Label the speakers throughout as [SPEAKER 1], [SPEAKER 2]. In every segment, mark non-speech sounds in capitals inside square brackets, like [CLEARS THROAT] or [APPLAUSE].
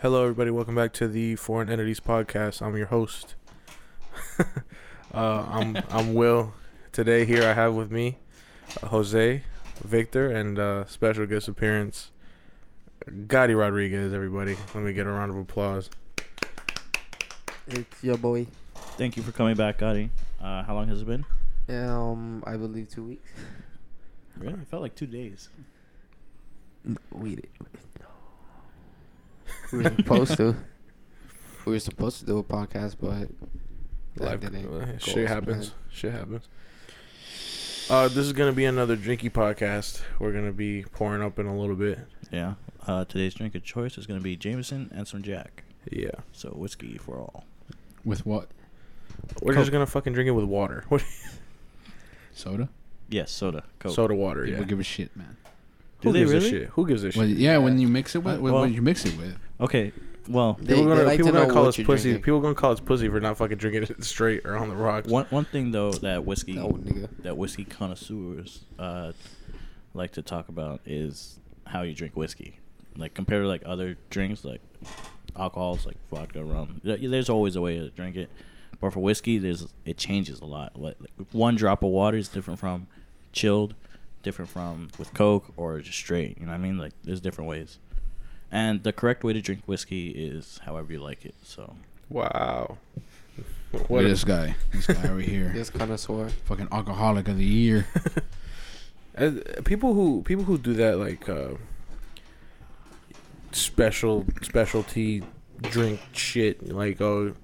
[SPEAKER 1] Hello, everybody. Welcome back to the Foreign Entities Podcast. I'm your host. [LAUGHS] uh, I'm I'm Will. Today, here I have with me uh, Jose, Victor, and uh, special guest appearance Gotti Rodriguez. Everybody, let me get a round of applause.
[SPEAKER 2] It's your boy.
[SPEAKER 3] Thank you for coming back, Gotti. Uh, how long has it been?
[SPEAKER 2] Um, I believe two weeks.
[SPEAKER 3] Really? It felt like two days.
[SPEAKER 2] We we were supposed to. We were supposed to do a podcast, but that
[SPEAKER 1] Life,
[SPEAKER 2] didn't
[SPEAKER 1] uh,
[SPEAKER 2] go
[SPEAKER 1] shit
[SPEAKER 2] as
[SPEAKER 1] happens. Shit happens. Uh, this is gonna be another drinky podcast. We're gonna be pouring up in a little bit.
[SPEAKER 3] Yeah. Uh, today's drink of choice is going to be Jameson and some Jack.
[SPEAKER 1] Yeah,
[SPEAKER 3] So whiskey for all.
[SPEAKER 4] With what?
[SPEAKER 1] we're just gonna fucking drink it with water, [LAUGHS]
[SPEAKER 4] Soda?
[SPEAKER 3] Yes, soda, coke.
[SPEAKER 1] soda water.
[SPEAKER 4] People
[SPEAKER 1] Yeah.
[SPEAKER 4] give a shit, man.
[SPEAKER 1] Who
[SPEAKER 3] Do they
[SPEAKER 1] gives
[SPEAKER 3] really?
[SPEAKER 1] a shit? Who gives a shit?
[SPEAKER 4] Well, yeah, when you mix it with,
[SPEAKER 3] Uh,
[SPEAKER 4] what
[SPEAKER 3] well-
[SPEAKER 4] what you mix it with.
[SPEAKER 3] Okay. Well,
[SPEAKER 2] They-
[SPEAKER 1] People
[SPEAKER 2] they
[SPEAKER 1] gonna,
[SPEAKER 2] like
[SPEAKER 1] people
[SPEAKER 2] to
[SPEAKER 1] gonna
[SPEAKER 2] know
[SPEAKER 1] call
[SPEAKER 2] what
[SPEAKER 1] us
[SPEAKER 2] you're
[SPEAKER 1] pussy.
[SPEAKER 2] drinking.
[SPEAKER 1] People gonna call us pussy for not fucking drinking it straight or on the rocks.
[SPEAKER 3] one one thing though that whiskey
[SPEAKER 2] No, nigga.
[SPEAKER 3] that whiskey connoisseurs uh, like to talk about is how you drink whiskey. Like compared to like other drinks like alcohols like vodka, rum. there- There's always a way to drink it, but for whiskey, there's it changes a lot. Like like, one drop of water is different from chilled, different from with Coke or just straight. You know what I mean? Like there's different ways, and the correct way to drink whiskey is however you like it. So
[SPEAKER 1] Wow.
[SPEAKER 4] What
[SPEAKER 1] a-
[SPEAKER 4] this guy? This guy right here.
[SPEAKER 2] This connoisseur.
[SPEAKER 4] Fucking alcoholic of the year.
[SPEAKER 1] Uh, people who people who do that like uh, special specialty drink shit like oh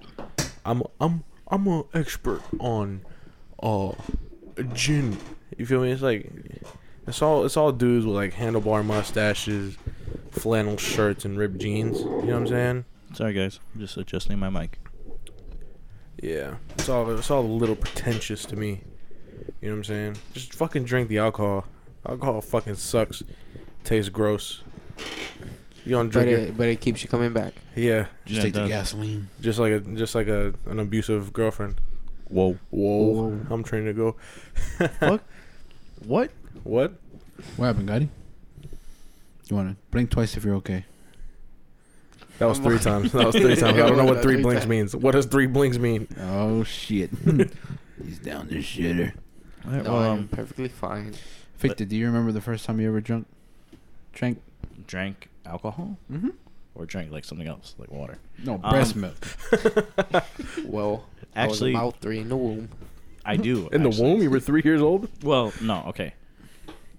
[SPEAKER 1] I'm I'm I'm an expert on uh gin. You feel me? It's like it's all it's all dudes with like handlebar mustaches, flannel shirts, and ripped jeans. You know what I'm saying?
[SPEAKER 3] sorry guys, I'm just adjusting my mic.
[SPEAKER 1] Yeah, it's all it's all a little pretentious to me. You know what I'm saying? Just fucking drink the alcohol. Alcohol fucking sucks. Tastes gross. You don't
[SPEAKER 2] But
[SPEAKER 1] drink it.
[SPEAKER 2] it, but it keeps you coming back.
[SPEAKER 1] Yeah,
[SPEAKER 4] Just
[SPEAKER 3] Yeah,
[SPEAKER 4] take
[SPEAKER 3] it
[SPEAKER 4] the
[SPEAKER 3] does.
[SPEAKER 4] gasoline.
[SPEAKER 1] just like a just like a an abusive girlfriend.
[SPEAKER 3] Whoa,
[SPEAKER 1] Whoa,
[SPEAKER 2] Whoa.
[SPEAKER 1] [LAUGHS] I'm trying to go.
[SPEAKER 3] what?
[SPEAKER 1] What?
[SPEAKER 4] What happened, Gotti? You want to blink twice if you're okay.
[SPEAKER 1] That was
[SPEAKER 2] I'm
[SPEAKER 3] [LAUGHS]
[SPEAKER 1] three
[SPEAKER 2] like-
[SPEAKER 1] times. That was three times. I don't know what three
[SPEAKER 2] Three
[SPEAKER 1] blinks
[SPEAKER 2] times.
[SPEAKER 1] means. What does three blinks
[SPEAKER 3] [LAUGHS]
[SPEAKER 1] mean?
[SPEAKER 4] Oh, [LAUGHS] shit. He's down the shitter.
[SPEAKER 3] All right,
[SPEAKER 2] No,
[SPEAKER 3] well,
[SPEAKER 2] I'm
[SPEAKER 3] um,
[SPEAKER 2] perfectly fine.
[SPEAKER 4] Victor, do you remember the first time you ever drunk? Drank?
[SPEAKER 3] drank alcohol
[SPEAKER 4] Mm-hmm.
[SPEAKER 3] or drank like something else like water.
[SPEAKER 4] No,
[SPEAKER 3] Um,
[SPEAKER 4] breast milk.
[SPEAKER 2] Well,
[SPEAKER 3] Actually,
[SPEAKER 2] I was about three in the womb.
[SPEAKER 3] I do.
[SPEAKER 1] [LAUGHS] In the
[SPEAKER 3] actually.
[SPEAKER 1] womb, you were three years old.
[SPEAKER 3] Well, no, okay.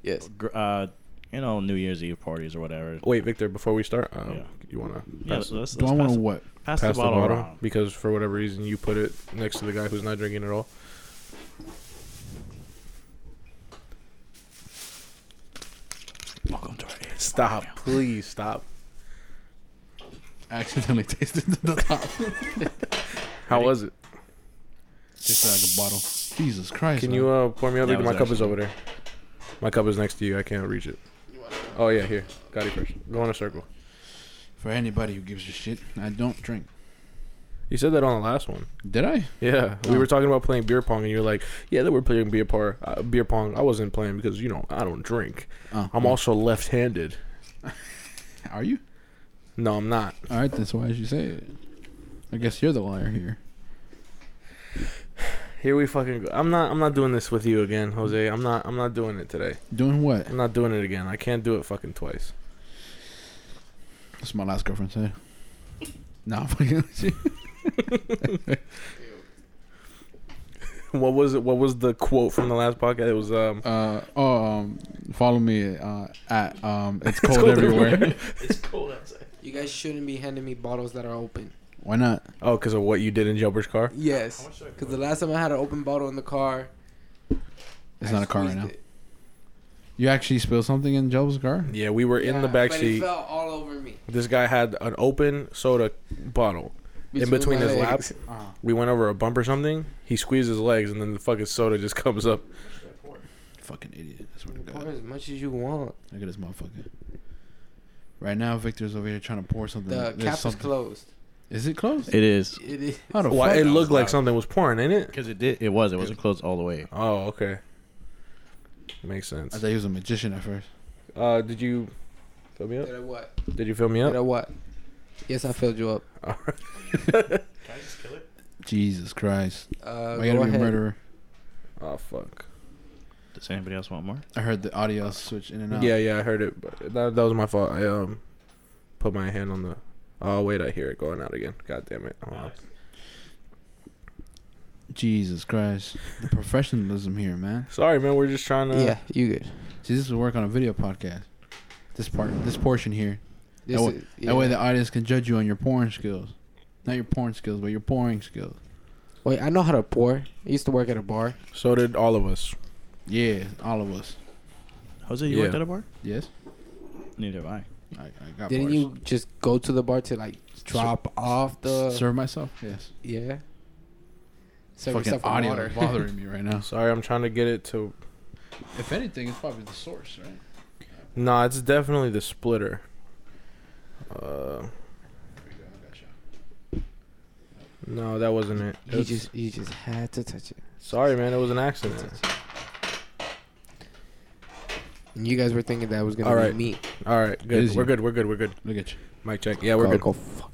[SPEAKER 2] Yes.
[SPEAKER 3] Gr- Uh, you know, New Year's Eve parties or whatever.
[SPEAKER 1] Wait, Victor. Before we start, um,
[SPEAKER 3] Yeah.
[SPEAKER 1] you wanna
[SPEAKER 3] yeah,
[SPEAKER 1] pass,
[SPEAKER 3] so let's,
[SPEAKER 4] Do I
[SPEAKER 3] let's
[SPEAKER 4] want
[SPEAKER 3] pass,
[SPEAKER 4] to what?
[SPEAKER 3] pass,
[SPEAKER 1] pass
[SPEAKER 3] the bottle, around.
[SPEAKER 1] because for whatever reason you put it next to the guy who's not drinking at all.
[SPEAKER 3] Welcome to our ASMR
[SPEAKER 1] Stop,
[SPEAKER 3] channel.
[SPEAKER 1] please stop.
[SPEAKER 4] I accidentally [LAUGHS] tasted the top.
[SPEAKER 1] How was it?
[SPEAKER 4] Tasted like a bottle. Jesus Christ.
[SPEAKER 1] Can
[SPEAKER 4] man.
[SPEAKER 1] you uh, pour me out?
[SPEAKER 3] That
[SPEAKER 1] Victor? My
[SPEAKER 3] was
[SPEAKER 1] cup is
[SPEAKER 3] actually-
[SPEAKER 1] over there. My cup is next to you. I can't reach it. Oh yeah, here. Got it first. Go in a circle.
[SPEAKER 4] For anybody who gives a shit, I don't drink.
[SPEAKER 1] You said that on the last one.
[SPEAKER 4] Did I?
[SPEAKER 1] Yeah, we
[SPEAKER 4] Oh.
[SPEAKER 1] were talking about playing beer pong, and you're like, "Yeah, that we're playing beer pong. Uh, beer pong. I wasn't playing because you know I don't drink.
[SPEAKER 4] Oh,
[SPEAKER 1] I'm also left-handed.
[SPEAKER 4] Are you?
[SPEAKER 1] No, I'm not.
[SPEAKER 4] All right, that's why you say it. I guess you're the liar here.
[SPEAKER 1] Here we fucking go. I'm not. I'm not doing this with you again, Jose. I'm not. I'm not doing it today.
[SPEAKER 4] Doing what?
[SPEAKER 1] I'm not doing it again. I can't do it fucking twice.
[SPEAKER 4] That's what my last girlfriend [LAUGHS] said. No, I'm fucking with you.
[SPEAKER 1] What was it? What was the quote from the last podcast? It was um.
[SPEAKER 4] [LAUGHS] Uh, oh, um, follow me uh, at um, [LAUGHS] it's cold,
[SPEAKER 1] cold
[SPEAKER 4] everywhere.
[SPEAKER 3] It's cold outside.
[SPEAKER 2] You guys shouldn't be handing me bottles that are open.
[SPEAKER 4] Why not?
[SPEAKER 1] [LAUGHS] Oh, because of what you did in Jumper's car.
[SPEAKER 2] Yes. Because the last time I had an open bottle in the car,
[SPEAKER 4] It's
[SPEAKER 2] I
[SPEAKER 4] not a car right
[SPEAKER 2] squeezed
[SPEAKER 4] now.
[SPEAKER 2] it.
[SPEAKER 4] You actually spilled something in Job's car?
[SPEAKER 1] Yeah, we were in the
[SPEAKER 2] Yeah,
[SPEAKER 1] back
[SPEAKER 2] but it
[SPEAKER 1] seat.
[SPEAKER 2] fell all over me.
[SPEAKER 1] This guy had an open soda bottle. In between
[SPEAKER 2] my
[SPEAKER 1] his
[SPEAKER 2] legs. Uh-huh.
[SPEAKER 1] laps,
[SPEAKER 4] Uh,
[SPEAKER 1] we went over a bump or something. He squeezed his legs, and then the fucking soda just comes up.
[SPEAKER 4] fucking idiot. I swear to
[SPEAKER 2] Pour
[SPEAKER 4] God.
[SPEAKER 2] as much as you want.
[SPEAKER 4] Look at this motherfucker. Right now, Victor's over here trying to pour something.
[SPEAKER 2] The
[SPEAKER 4] Mm, There's
[SPEAKER 2] cap is
[SPEAKER 4] something-
[SPEAKER 2] closed.
[SPEAKER 4] Is it closed?
[SPEAKER 3] It is
[SPEAKER 2] It is.
[SPEAKER 4] How the
[SPEAKER 1] Why?
[SPEAKER 4] fuck?
[SPEAKER 1] It looked like
[SPEAKER 3] loud.
[SPEAKER 1] something was pouring in it.
[SPEAKER 3] because it did. It was. It wasn't closed all the way.
[SPEAKER 1] Oh, okay. Makes
[SPEAKER 4] I
[SPEAKER 1] sense.
[SPEAKER 4] thought he was a magician at first.
[SPEAKER 1] Uh, did you fill me up?
[SPEAKER 2] Did I what?
[SPEAKER 1] Did you fill me
[SPEAKER 2] Did
[SPEAKER 1] up?
[SPEAKER 2] I what? Yes, I filled you up.
[SPEAKER 1] [LAUGHS] All right. [LAUGHS]
[SPEAKER 5] Can I just kill it?
[SPEAKER 4] Jesus Christ.
[SPEAKER 2] Uh,
[SPEAKER 4] Why you
[SPEAKER 2] go
[SPEAKER 4] gotta be a
[SPEAKER 2] ahead.
[SPEAKER 4] murderer?
[SPEAKER 1] Oh fuck.
[SPEAKER 3] Does anybody else want more?
[SPEAKER 4] I heard the audio switch in and out.
[SPEAKER 1] Yeah, yeah, I heard it. But that that was my fault. I um put my hand on the. Oh wait, I hear it going out again. God damn it. Oh,
[SPEAKER 5] Nice.
[SPEAKER 4] Jesus Christ. The professionalism here, man.
[SPEAKER 1] sorry, man. We're just trying to.
[SPEAKER 2] Yeah, you good.
[SPEAKER 4] See, this would work on a video podcast. This part, this portion here.
[SPEAKER 2] This
[SPEAKER 4] way-
[SPEAKER 2] is-
[SPEAKER 4] That way
[SPEAKER 2] yeah.
[SPEAKER 4] the audience can judge you on your porn skills. Not your porn skills, but your pouring skills.
[SPEAKER 2] Wait, I know how to pour. I used to work at a bar.
[SPEAKER 1] So did all of us.
[SPEAKER 4] Yeah, all of us.
[SPEAKER 3] Jose, you worked
[SPEAKER 1] Yeah.
[SPEAKER 3] at a bar?
[SPEAKER 4] Yes?
[SPEAKER 3] Neither have I.
[SPEAKER 4] I, I got
[SPEAKER 2] Didn't
[SPEAKER 4] bars.
[SPEAKER 2] you just go to the bar to like drop off the
[SPEAKER 4] Serve myself? Yes.
[SPEAKER 2] yeah? Serve
[SPEAKER 4] Fucking
[SPEAKER 2] yourself with [LAUGHS]
[SPEAKER 4] audio
[SPEAKER 2] water.
[SPEAKER 4] bothering me right now.
[SPEAKER 1] Sorry, I'm trying to get it to.
[SPEAKER 4] If anything, it's probably the source, right?
[SPEAKER 1] Nah, it's definitely the splitter. Uh, no, that wasn't it.
[SPEAKER 2] You
[SPEAKER 1] It's-
[SPEAKER 2] just you just had to touch it.
[SPEAKER 1] sorry, man. It was an accident.
[SPEAKER 2] And you guys were thinking that was gonna
[SPEAKER 1] All
[SPEAKER 2] be
[SPEAKER 1] right.
[SPEAKER 2] me.
[SPEAKER 1] All right,
[SPEAKER 4] It
[SPEAKER 1] good.
[SPEAKER 4] is
[SPEAKER 1] We're
[SPEAKER 4] you.
[SPEAKER 1] good. We're good. We're good.
[SPEAKER 4] Look at you.
[SPEAKER 1] Mic check. Yeah, we're
[SPEAKER 2] Go-
[SPEAKER 1] good.
[SPEAKER 2] go fuck.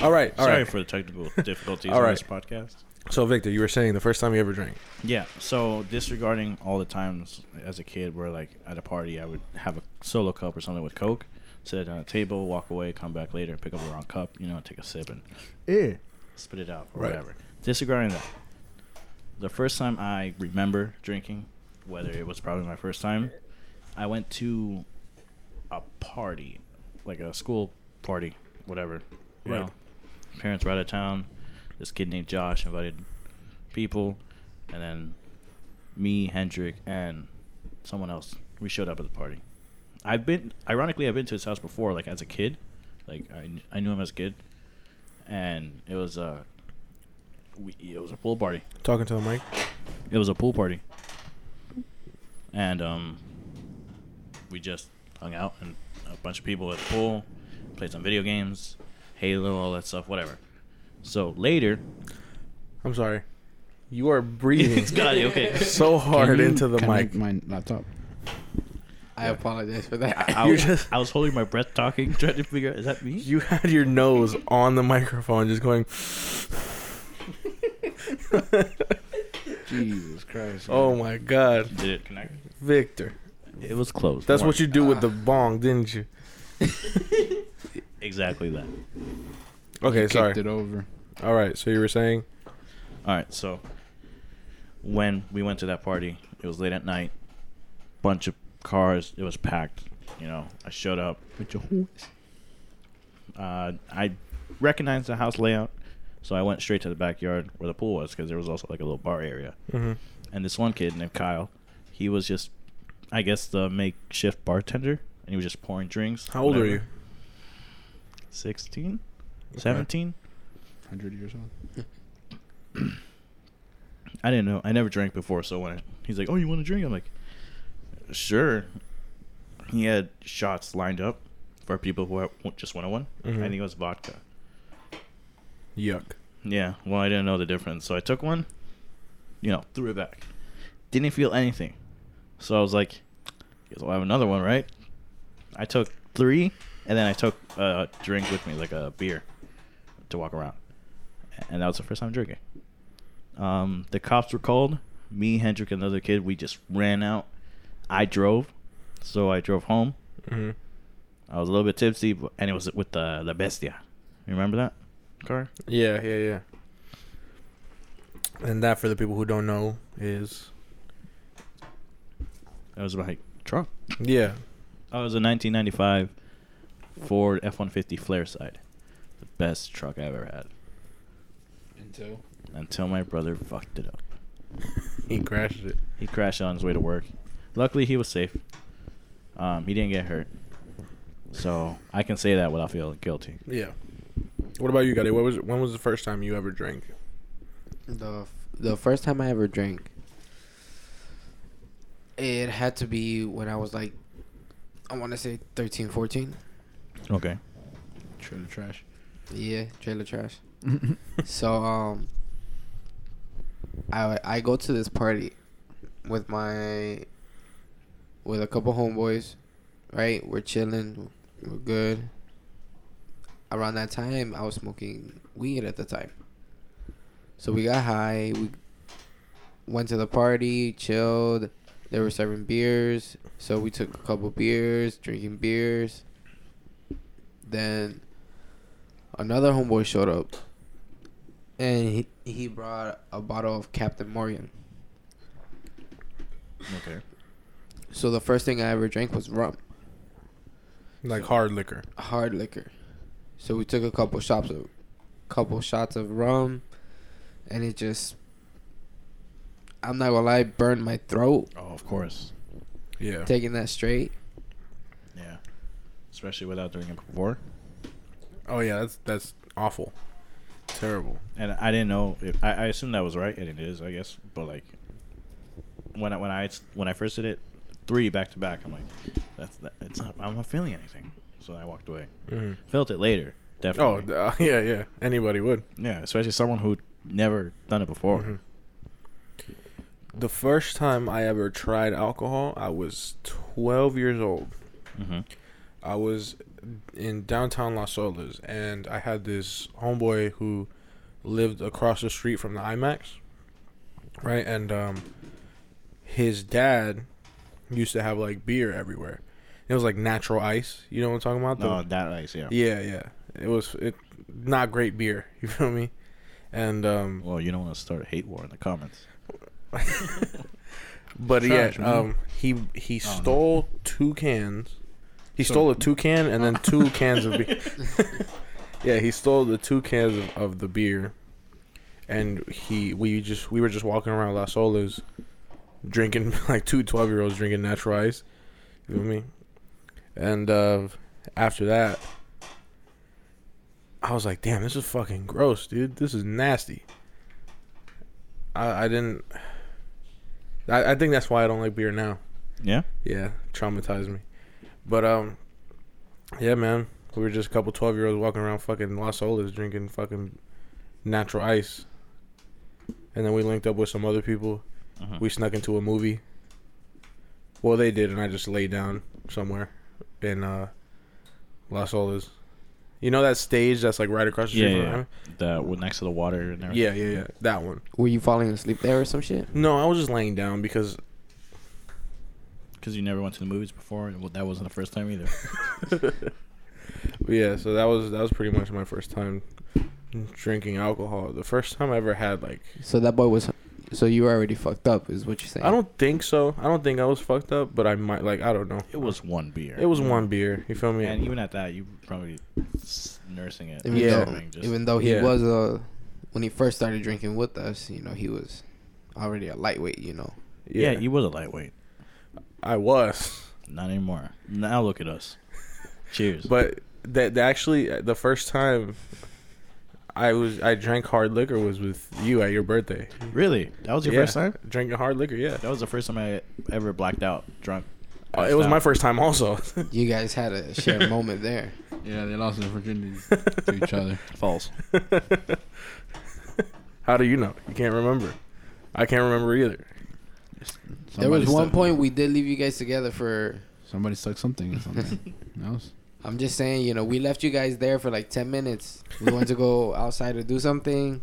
[SPEAKER 1] All right. All
[SPEAKER 3] Sorry
[SPEAKER 1] right.
[SPEAKER 3] for
[SPEAKER 1] [LAUGHS]
[SPEAKER 3] the technical difficulties
[SPEAKER 1] All
[SPEAKER 3] on
[SPEAKER 1] right.
[SPEAKER 3] this podcast.
[SPEAKER 1] So, Victor, you were saying the first time you ever drank.
[SPEAKER 3] Yeah, so disregarding all the times as a kid where, like, at a party, I would have a solo cup or something with Coke, sit it on a table, walk away, come back later, pick up the wrong cup, you know, take a sip and
[SPEAKER 1] Yeah.
[SPEAKER 3] spit it out or
[SPEAKER 1] Right.
[SPEAKER 3] whatever. Disregarding that, the first time I remember drinking, whether it was probably my first time, I went to a party, like a school party, whatever. You
[SPEAKER 1] Right.
[SPEAKER 3] know, parents were out of town. This kid named Josh invited people, and then me, Hendrick, and someone else. We showed up at the party. I've been, ironically, I've been to his house before, like as a kid. Like I, kn- I knew him as a kid, and it was a, we, it was a pool party.
[SPEAKER 1] Talking to the mic.
[SPEAKER 3] It was a pool party. And um we just hung out and a bunch of people at the pool, played some video games, Halo, all that stuff, whatever. So later [LAUGHS]
[SPEAKER 1] I'm sorry. You [LAUGHS] are breathing
[SPEAKER 3] it's got it, okay.
[SPEAKER 1] so hard
[SPEAKER 4] Can you
[SPEAKER 1] into the mic.
[SPEAKER 4] connect My laptop.
[SPEAKER 2] I apologize for that.
[SPEAKER 3] I,
[SPEAKER 1] You
[SPEAKER 3] was,
[SPEAKER 1] just-
[SPEAKER 3] I was holding my breath talking, trying to figure out is that me?
[SPEAKER 1] You had your nose on the microphone, just going.
[SPEAKER 4] Jesus Christ.
[SPEAKER 1] Oh my God,
[SPEAKER 3] Did it connect?
[SPEAKER 1] Victor!
[SPEAKER 3] It was closed.
[SPEAKER 1] That's
[SPEAKER 3] Warren.
[SPEAKER 1] what you do with the bong, didn't you?
[SPEAKER 3] exactly that.
[SPEAKER 1] Okay,
[SPEAKER 4] Kicked
[SPEAKER 1] sorry.
[SPEAKER 4] it over.
[SPEAKER 1] All right, so you were saying
[SPEAKER 3] All right, so when we went to that party, it was late at night. Bunch of cars, it was packed. You know, I showed up.
[SPEAKER 4] With your horse.
[SPEAKER 3] Uh, I recognized the house layout, so I went straight to the backyard where the pool was because there was also like a little bar area.
[SPEAKER 1] Mhm.
[SPEAKER 3] And this one kid named Kyle, he was just, I guess, the makeshift bartender, and he was just pouring drinks.
[SPEAKER 1] how old are you?
[SPEAKER 3] whatever. 16? 17?
[SPEAKER 4] 100 years old.
[SPEAKER 3] I didn't know. I never drank before, so when I, he's like, "Oh, you want to drink?" I'm like, "Sure." He had shots lined up for people who wa- just wanted one.
[SPEAKER 1] Mhm.
[SPEAKER 3] I think it was vodka.
[SPEAKER 1] Yuck.
[SPEAKER 3] Yeah, well, I didn't know the difference, so I took one. You know, threw it back. Didn't feel anything, so I was like, "Guess I'll have another one, right?" I took three, and then I took a drink with me, like a beer, to walk around, and that was the first time drinking. Um, the cops were called. Me, Hendrick, and another kid, we just ran out. I drove, so I drove home.
[SPEAKER 1] hmm
[SPEAKER 3] I was a little bit tipsy, but, and it was with the La Bestia. You remember that car?
[SPEAKER 1] Yeah, yeah, yeah. And that, for the people who don't know, is
[SPEAKER 3] That was my truck.
[SPEAKER 1] yeah,
[SPEAKER 3] Oh, it was a 1995 Ford F-150 flare side. The best truck I ever had.
[SPEAKER 4] Until.
[SPEAKER 3] Until my brother fucked it up.
[SPEAKER 1] he crashed it.
[SPEAKER 3] He crashed on his way to work. Luckily, he was safe. Um, he didn't get hurt. So I can say that without feeling guilty.
[SPEAKER 1] Yeah. What about you, Gotti? What was when was the first time you ever drank?
[SPEAKER 2] The f- the first time I ever drank, it had to be when I was like, I want to say 13, 14.
[SPEAKER 3] Okay.
[SPEAKER 4] Trailer trash.
[SPEAKER 2] Yeah, trailer trash. so um, I I go to this party with my with a couple homeboys, right? We're chilling, we're good. around that time, I was smoking weed at the time. So we got high. We went to the party, chilled. They were serving beers, so we took a couple beers, drinking beers. Then another homeboy showed up, and he he brought a bottle of Captain Morgan.
[SPEAKER 3] Okay.
[SPEAKER 2] So the first thing I ever drank was rum,
[SPEAKER 1] Like hard liquor.
[SPEAKER 2] hard liquor. So we took a couple shots of, couple shots of rum, and it just, I'm not gonna lie, burned my throat
[SPEAKER 3] Oh, of course.
[SPEAKER 1] Yeah.
[SPEAKER 2] taking that straight.
[SPEAKER 3] Yeah. Especially without drinking before.
[SPEAKER 1] Oh yeah, that's that's awful. Terrible.
[SPEAKER 3] And I didn't know. If, I, I assumed that was right, and it is, I guess. But like, when I when I when I first did it, three back to back, I'm like, that's that, it's not. I'm not feeling anything. So I walked away.
[SPEAKER 1] Mhm.
[SPEAKER 3] Felt it later,
[SPEAKER 1] Oh [LAUGHS]
[SPEAKER 3] definitely.
[SPEAKER 1] d- uh, yeah, yeah. Anybody would.
[SPEAKER 3] yeah, especially someone who'd never done it before.
[SPEAKER 1] Mhm. The first time I ever tried alcohol, I was 12 years old.
[SPEAKER 3] Mm-hmm.
[SPEAKER 1] I was in downtown Las Olas, and I had this homeboy who lived across the street from the IMAX, right? And um, his dad used to have like beer everywhere. It was like natural ice. You know what I'm talking about? The-
[SPEAKER 3] No, that ice, yeah.
[SPEAKER 1] yeah, yeah. It was it not great beer. [LAUGHS] You feel me? And um,
[SPEAKER 3] Well, you don't want to start a hate war in the comments.
[SPEAKER 1] but
[SPEAKER 3] Trash,
[SPEAKER 1] yeah,
[SPEAKER 3] man.
[SPEAKER 1] um, he he
[SPEAKER 3] Oh, no.
[SPEAKER 1] stole two cans. He
[SPEAKER 3] So-
[SPEAKER 1] stole a two can and then
[SPEAKER 3] [LAUGHS]
[SPEAKER 1] two cans of beer. [LAUGHS] yeah, he stole the two cans of, of the beer, and he we just we were just walking around Las Olas, drinking [LAUGHS] like two 12 year olds drinking natural ice. You feel me? And uh, after that, I was like, damn, this is fucking gross, dude. This is nasty. I, I didn't. I, I think that's why I don't like beer now.
[SPEAKER 3] Yeah.
[SPEAKER 1] Yeah, traumatized me. But um, yeah, man, we were just a couple twelve year olds walking around fucking Las Olas drinking fucking natural ice, and then we linked up with some other people.
[SPEAKER 3] Mhm.
[SPEAKER 1] We snuck into a movie. Well, they did, and I just lay down somewhere in uh, Las Olas. You know that stage that's like right across the street
[SPEAKER 3] Yeah,
[SPEAKER 1] from
[SPEAKER 3] yeah. The one next to the water and everything.
[SPEAKER 1] yeah, yeah, yeah, that one.
[SPEAKER 2] Were you falling asleep there or some shit?
[SPEAKER 1] No, I was just laying down because
[SPEAKER 3] Because you never went to the movies before, and well, that wasn't the first
[SPEAKER 1] [LAUGHS]
[SPEAKER 3] time either.
[SPEAKER 1] But yeah, so that was that was pretty much my first time drinking alcohol. The first time I ever had like
[SPEAKER 2] So that boy was, so you were already fucked up, is what you're saying.
[SPEAKER 1] I don't think so. I don't think I was fucked up, but I might like I don't know.
[SPEAKER 3] it was one beer.
[SPEAKER 1] It was one beer. You feel me?
[SPEAKER 3] And even at that, you probably s- nursing it.
[SPEAKER 2] Even
[SPEAKER 1] Yeah.
[SPEAKER 2] though,
[SPEAKER 3] Everything just-
[SPEAKER 2] even though he
[SPEAKER 1] Yeah.
[SPEAKER 2] was a, when he first started drinking with us, you know, he was already a lightweight. You know,
[SPEAKER 3] yeah.
[SPEAKER 1] yeah,
[SPEAKER 3] he was a lightweight.
[SPEAKER 1] I was.
[SPEAKER 3] Not anymore. Now look
[SPEAKER 1] [LAUGHS]
[SPEAKER 3] at us. Cheers.
[SPEAKER 1] But that, that actually the first time I was I drank hard liquor was with you at your birthday.
[SPEAKER 3] really, that was your
[SPEAKER 1] Yeah,
[SPEAKER 3] first time.
[SPEAKER 1] drinking hard liquor? Yeah.
[SPEAKER 3] That was the first time I ever blacked out drunk.
[SPEAKER 1] Uh, it was
[SPEAKER 3] Passed
[SPEAKER 1] my
[SPEAKER 3] out.
[SPEAKER 1] first time also. [LAUGHS]
[SPEAKER 2] you guys had a
[SPEAKER 3] [LAUGHS]
[SPEAKER 2] shared moment there.
[SPEAKER 4] [LAUGHS] Yeah, they lost their virginity to each other.
[SPEAKER 3] false.
[SPEAKER 1] How do you know? You can't remember. I can't remember either.
[SPEAKER 2] there was
[SPEAKER 4] Somebody
[SPEAKER 2] one
[SPEAKER 4] stuck-
[SPEAKER 2] point we did leave you guys together for.
[SPEAKER 4] Somebody stuck something or [LAUGHS] something. no, it's-
[SPEAKER 2] I'm just saying, you know, we left you guys there for like ten minutes. We went to
[SPEAKER 3] [LAUGHS]
[SPEAKER 2] go outside to do something.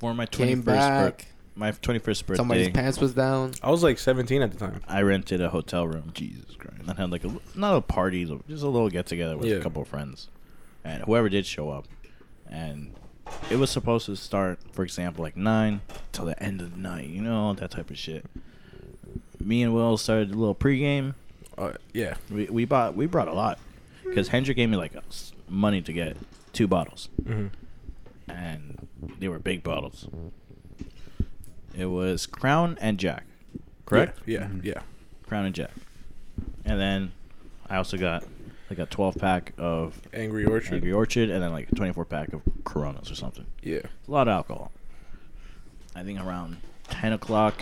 [SPEAKER 3] For my twenty
[SPEAKER 2] Came
[SPEAKER 3] first, bir-
[SPEAKER 2] back.
[SPEAKER 3] my twenty first birthday,
[SPEAKER 2] Somebody's pants was down.
[SPEAKER 1] I was like 17 at the time.
[SPEAKER 3] I rented a hotel room
[SPEAKER 4] Jesus Christ.
[SPEAKER 3] and had like a li- not a party, just a little get together with
[SPEAKER 1] Yeah.
[SPEAKER 3] a couple of friends, and whoever did show up, and it was supposed to start, for example, like nine till the end of the night, you know, that type of shit. Me and Will started a little pregame.
[SPEAKER 1] Uh, yeah.
[SPEAKER 3] We we bought we brought a lot because Hendrick gave me like s- money to get two bottles,
[SPEAKER 1] Mhm.
[SPEAKER 3] and they were big bottles. It was Crown and Jack, correct?
[SPEAKER 1] Yeah, yeah,
[SPEAKER 4] Mhm.
[SPEAKER 1] yeah.
[SPEAKER 3] Crown and Jack, and then I also got like a twelve pack of
[SPEAKER 1] Angry Orchard.
[SPEAKER 3] Angry Orchard, and then like a twenty four pack of Coronas or something.
[SPEAKER 1] Yeah.
[SPEAKER 3] A lot of alcohol. I think around ten o'clock,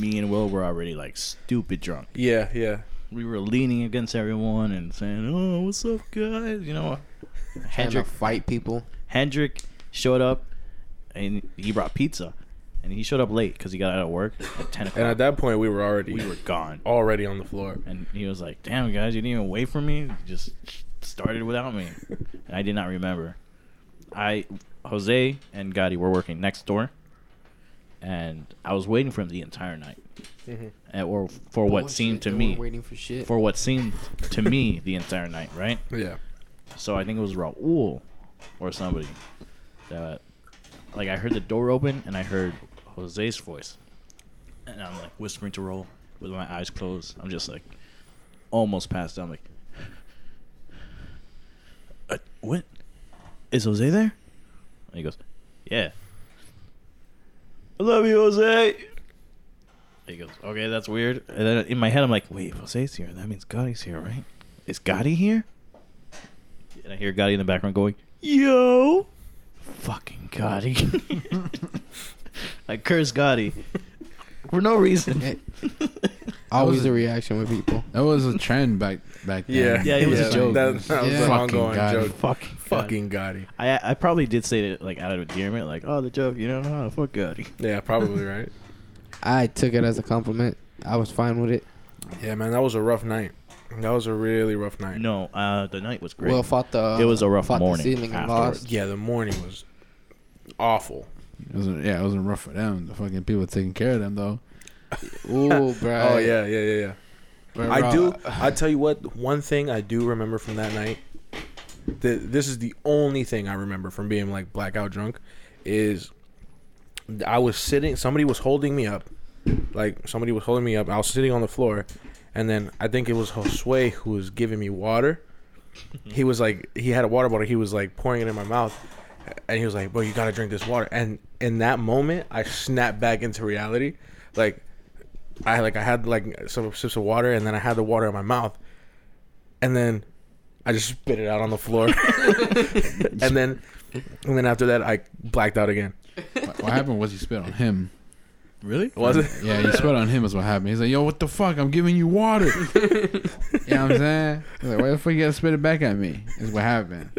[SPEAKER 3] me and Will were already like stupid drunk
[SPEAKER 1] Yeah, yeah.
[SPEAKER 3] we were leaning against everyone and saying, "Oh, what's up, guys?" You know,
[SPEAKER 2] Trying to
[SPEAKER 3] Hendrick
[SPEAKER 2] fight people.
[SPEAKER 3] Hendrick showed up, and he brought pizza, and he showed up late because he got out of work at ten
[SPEAKER 1] And
[SPEAKER 3] o'clock.
[SPEAKER 1] at that point, we were already
[SPEAKER 3] we were gone,
[SPEAKER 1] already on the floor.
[SPEAKER 3] and he was like, "Damn, guys, you didn't even wait for me. You just started without me." and I did not remember. I, Jose and Gotti were working next door, and I was waiting for him the entire night, and, or for what
[SPEAKER 2] Bullshit,
[SPEAKER 3] seemed to
[SPEAKER 2] they
[SPEAKER 3] me,
[SPEAKER 2] weren't waiting for shit.
[SPEAKER 3] for what seemed to me the entire night, right?
[SPEAKER 1] Yeah.
[SPEAKER 3] So I think it was Raul or somebody that like I heard the door open and I heard Jose's voice. And I'm like whispering to Raul with my eyes closed. I'm just like almost passed out. I'm like uh, what? Is Jose there? And he goes, Yeah. I love you, Jose. He goes, Okay, that's weird. And then in my head I'm like, wait, if Jose's here, that means Gotti's here, right? Is Gotti here? And I hear Gotti in the background going, Yo! Fucking Gotti. [LAUGHS] I curse Gotti. For no reason.
[SPEAKER 2] Always the reaction with people.
[SPEAKER 4] That was a trend back back
[SPEAKER 1] Yeah.
[SPEAKER 4] then.
[SPEAKER 3] Yeah, it was a joke.
[SPEAKER 1] That, that was
[SPEAKER 2] Yeah.
[SPEAKER 1] an
[SPEAKER 2] Fucking
[SPEAKER 1] ongoing
[SPEAKER 4] God.
[SPEAKER 1] joke.
[SPEAKER 3] [LAUGHS] Fucking
[SPEAKER 1] Fucking Gotti.
[SPEAKER 3] I I probably did say it like out of endearment, like, oh, the joke, you know, oh, fuck Gotti.
[SPEAKER 1] Yeah, probably
[SPEAKER 3] [LAUGHS]
[SPEAKER 1] right.
[SPEAKER 2] I took it as a compliment. I was fine with it.
[SPEAKER 1] Yeah, man, that was a rough night. That was a really rough night.
[SPEAKER 3] No, uh, the night was great.
[SPEAKER 2] Well, fought the.
[SPEAKER 3] It was a rough
[SPEAKER 2] fought the
[SPEAKER 3] morning
[SPEAKER 2] ceiling and
[SPEAKER 3] afterwards.
[SPEAKER 2] lost.
[SPEAKER 1] Yeah, the morning was awful.
[SPEAKER 4] It wasn't, yeah, it wasn't rough for them. The fucking people taking care of them though.
[SPEAKER 2] Ooh, bro.
[SPEAKER 1] [LAUGHS] Oh yeah, yeah, yeah, yeah.
[SPEAKER 2] Bro,
[SPEAKER 1] I do. I tell you what. One thing I do remember from that night. That this is the only thing I remember from being like blackout drunk, is I was sitting. Somebody was holding me up, like somebody was holding me up. I was sitting on the floor, and then I think it was Josue who was giving me water. He was like, he had a water bottle. He was like pouring it in my mouth, and he was like, "Bro, you gotta drink this water." And in that moment, I snapped back into reality, like. I like I had like some sips of water and then I had the water in my mouth, and then I just spit it out on the
[SPEAKER 2] [LAUGHS]
[SPEAKER 1] floor, and then and then after that I blacked out again.
[SPEAKER 4] What, what happened was you spit on him.
[SPEAKER 3] really?
[SPEAKER 1] Was it?
[SPEAKER 4] Yeah, you spit on him is what happened. He's like, "Yo, what the fuck? I'm giving
[SPEAKER 3] [LAUGHS]
[SPEAKER 4] you water." you know what I'm saying? He's like, "Why the fuck you gotta spit it back at me?" Is what happened.